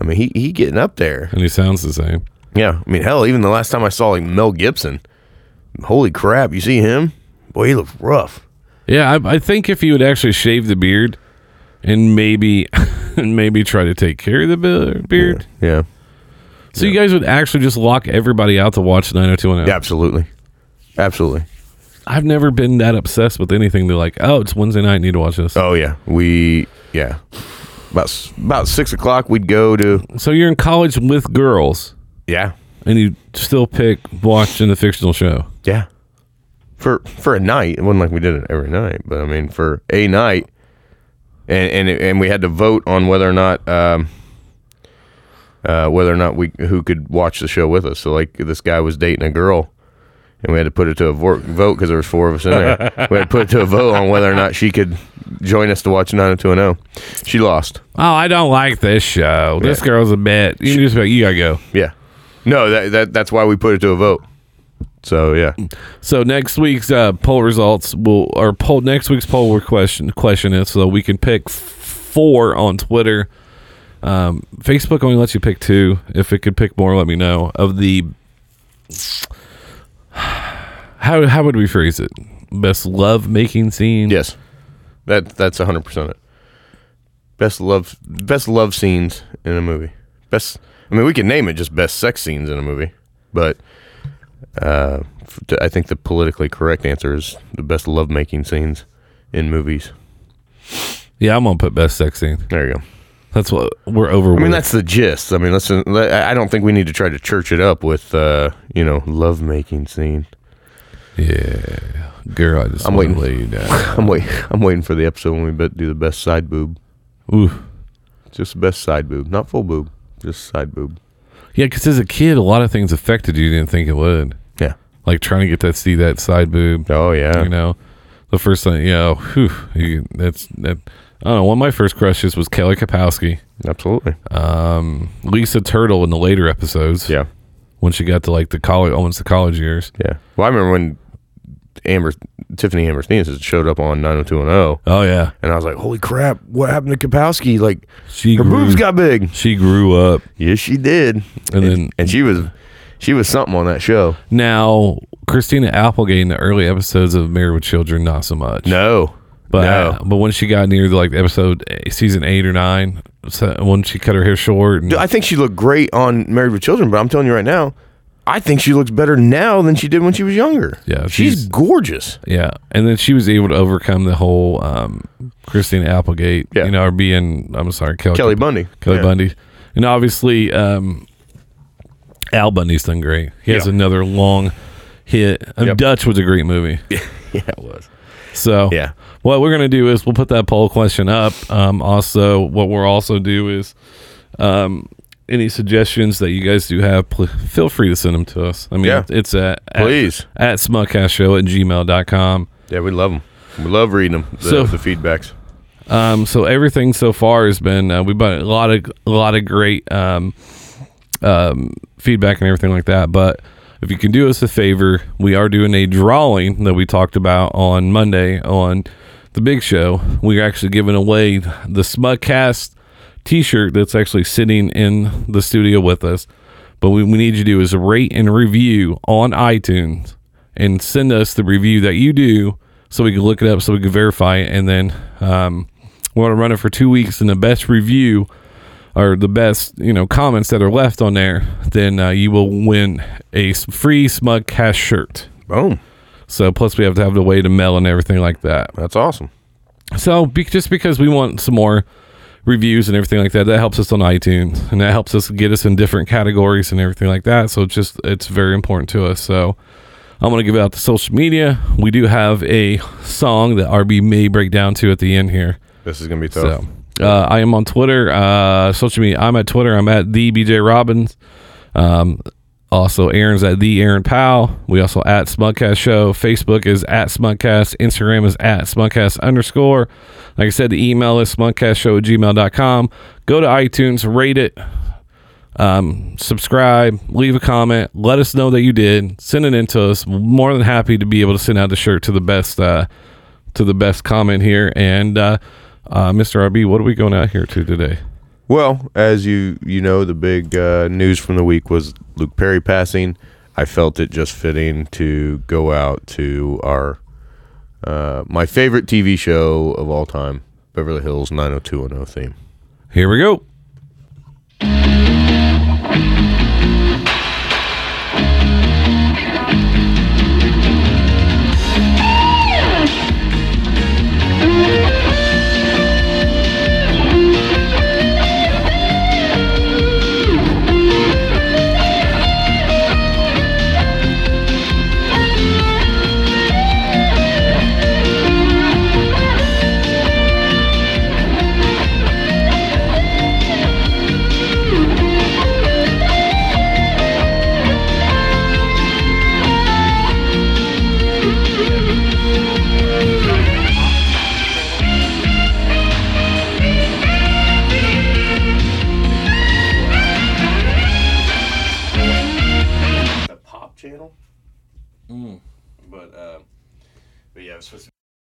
[SPEAKER 2] I mean, he he getting up there.
[SPEAKER 1] and he sounds the same.
[SPEAKER 2] Yeah, I mean, hell, even the last time I saw like Mel Gibson, holy crap! You see him, boy, he looks rough.
[SPEAKER 1] Yeah, I, I think if you would actually shave the beard and maybe and maybe try to take care of the be- beard,
[SPEAKER 2] Yeah,
[SPEAKER 1] so you guys would actually just lock everybody out to watch 90210.
[SPEAKER 2] yeah, absolutely, absolutely.
[SPEAKER 1] I've never been that obsessed with anything. They're like, oh, it's Wednesday night, need to watch this.
[SPEAKER 2] Oh yeah, we yeah. About s- about six o'clock, we'd go to
[SPEAKER 1] So you're in college with girls
[SPEAKER 2] yeah
[SPEAKER 1] and you still pick watching the fictional show.
[SPEAKER 2] yeah for for a night. It wasn't like we did it every night, but I mean for a night, and and and we had to vote on whether or not. Um, uh, whether or not we who could watch the show with us. So like this guy was dating a girl, and we had to put it to a vor- vote because there was four of us in there. we had to put it to a vote on whether or not she could join us to watch 90210. She lost.
[SPEAKER 1] Oh, I don't like this show. This
[SPEAKER 2] Yeah.
[SPEAKER 1] girl's a bit. You just be like, you gotta go.
[SPEAKER 2] Yeah. No, that, that that's why we put it to a vote. So yeah,
[SPEAKER 1] So next week's uh, poll results will or poll next week's poll will question question is so we can pick f- four on Twitter. Um, Facebook only lets you pick two. If it could pick more, let me know. Of the how how would we phrase it? Best love making scene.
[SPEAKER 2] yes, that that's hundred percent it. Best love, best love scenes in a movie. Best, I mean, we can name it just best sex scenes in a movie, but uh, f- t- I think the politically correct answer is the best love making scenes in movies.
[SPEAKER 1] Yeah, I'm gonna put best sex scene.
[SPEAKER 2] There you go.
[SPEAKER 1] That's what we're over.
[SPEAKER 2] I mean, that's the gist. I mean, let's. I I don't think we need to try to church it up with, uh, you know, love making scene.
[SPEAKER 1] yeah, girl. I just
[SPEAKER 2] I'm
[SPEAKER 1] I'm waiting.
[SPEAKER 2] waiting.
[SPEAKER 1] Lay you down.
[SPEAKER 2] I'm wait. I'm waiting for the episode when we bet do the best side boob.
[SPEAKER 1] Ooh.
[SPEAKER 2] Just the best side boob, not full boob, just side boob.
[SPEAKER 1] Yeah, because as a kid, a lot of things affected you. You didn't think it would.
[SPEAKER 2] Yeah.
[SPEAKER 1] like trying to get that see that side boob.
[SPEAKER 2] Oh yeah.
[SPEAKER 1] You know, the first thing, you know, whew, you, that's that. I don't know. One of my first crushes was Kelly Kapowski,
[SPEAKER 2] Absolutely.
[SPEAKER 1] um, Lisa Turtle in the later episodes.
[SPEAKER 2] yeah.
[SPEAKER 1] when she got to like the college, almost the college years.
[SPEAKER 2] Yeah. Well, I remember when Amber Tiffany Amber Thiessen showed up on 90210,
[SPEAKER 1] Oh yeah,
[SPEAKER 2] and I was like, "Holy crap! What happened to Kapowski? Like,
[SPEAKER 1] she
[SPEAKER 2] her
[SPEAKER 1] grew,
[SPEAKER 2] boobs got big."
[SPEAKER 1] she grew up.
[SPEAKER 2] Yes, she did.
[SPEAKER 1] And then-
[SPEAKER 2] and she was, she was something on that show.
[SPEAKER 1] Now Christina Applegate in the early episodes of Married with Children, not so much.
[SPEAKER 2] No.
[SPEAKER 1] But
[SPEAKER 2] no.
[SPEAKER 1] but when she got near like episode eh, season eight or nine, so when she cut her hair short, and,
[SPEAKER 2] Dude, I think she looked great on Married with Children, but I'm telling you right now, I think she looks better now than she did when she was younger.
[SPEAKER 1] Yeah,
[SPEAKER 2] she's,
[SPEAKER 1] she's-
[SPEAKER 2] gorgeous.
[SPEAKER 1] Yeah, and then she was able to overcome the whole um, Christine Applegate,
[SPEAKER 2] Yeah.
[SPEAKER 1] you know, or being I'm sorry, Kelly,
[SPEAKER 2] Kelly Bundy.
[SPEAKER 1] Kelly
[SPEAKER 2] Yeah.
[SPEAKER 1] Bundy, and obviously um, Al Bundy's done great. He has
[SPEAKER 2] Yeah.
[SPEAKER 1] another long hit. Um,
[SPEAKER 2] Yep.
[SPEAKER 1] Dutch was a great movie.
[SPEAKER 2] Yeah, it was.
[SPEAKER 1] So
[SPEAKER 2] Yeah.
[SPEAKER 1] what we're gonna do is we'll put that poll question up. Um, also, what we'll also do is, um, any suggestions that you guys do have, pl- feel free to send them to us. I mean,
[SPEAKER 2] Yeah.
[SPEAKER 1] it's at
[SPEAKER 2] Please.
[SPEAKER 1] at, at smutcastshow at gmail.com.
[SPEAKER 2] Yeah, we love them. We love reading them. The,
[SPEAKER 1] So-
[SPEAKER 2] the feedbacks.
[SPEAKER 1] Um, so everything so far has been uh, we've got a lot of a lot of great um, um, feedback and everything like that. But if you can do us a favor, we are doing a drawing that we talked about on Monday on the big show. We are actually giving away the Smutcast T-shirt that's actually sitting in the studio with us. But what we need you to do is rate and review on iTunes and send us the review that you do so we can look it up so we can verify it and then um, we want to run it for two weeks and the best review or the best you know comments that are left on there then uh, you will win a s- free smug cash shirt
[SPEAKER 2] Boom.
[SPEAKER 1] so plus we have to have the way to mail and everything like that
[SPEAKER 2] That's awesome.
[SPEAKER 1] so be, just because we want some more reviews and everything like that, that helps us on iTunes and that helps us get us in different categories and everything like that. So it's just it's very important to us. So I'm gonna give out the social media. We do have a song that RB may break down to at the end here.
[SPEAKER 2] This is gonna be tough.
[SPEAKER 1] So uh, I am on Twitter, uh, social media. I'm at Twitter. I'm at the BJ Robbins. Um, also, Aaron's at the Aaron Powell. We also at Smugcast Show. Facebook is at Smugcast. Instagram is at Smugcast underscore. Like I said, the email is smugcastshow at gmail.com. Go to iTunes, rate it, um, subscribe, leave a comment, let us know that you did. Send it in to us. More than happy to be able to send out the shirt to the best uh, to the best comment here. And uh, uh, Mr. RB, what are we going out here to today?
[SPEAKER 2] Well, as you you know, the big uh, news from the week was Luke Perry passing. I felt it just fitting to go out to our uh, oh my favorite TV show of all time, Beverly Hills 90210 theme.
[SPEAKER 1] Here we go.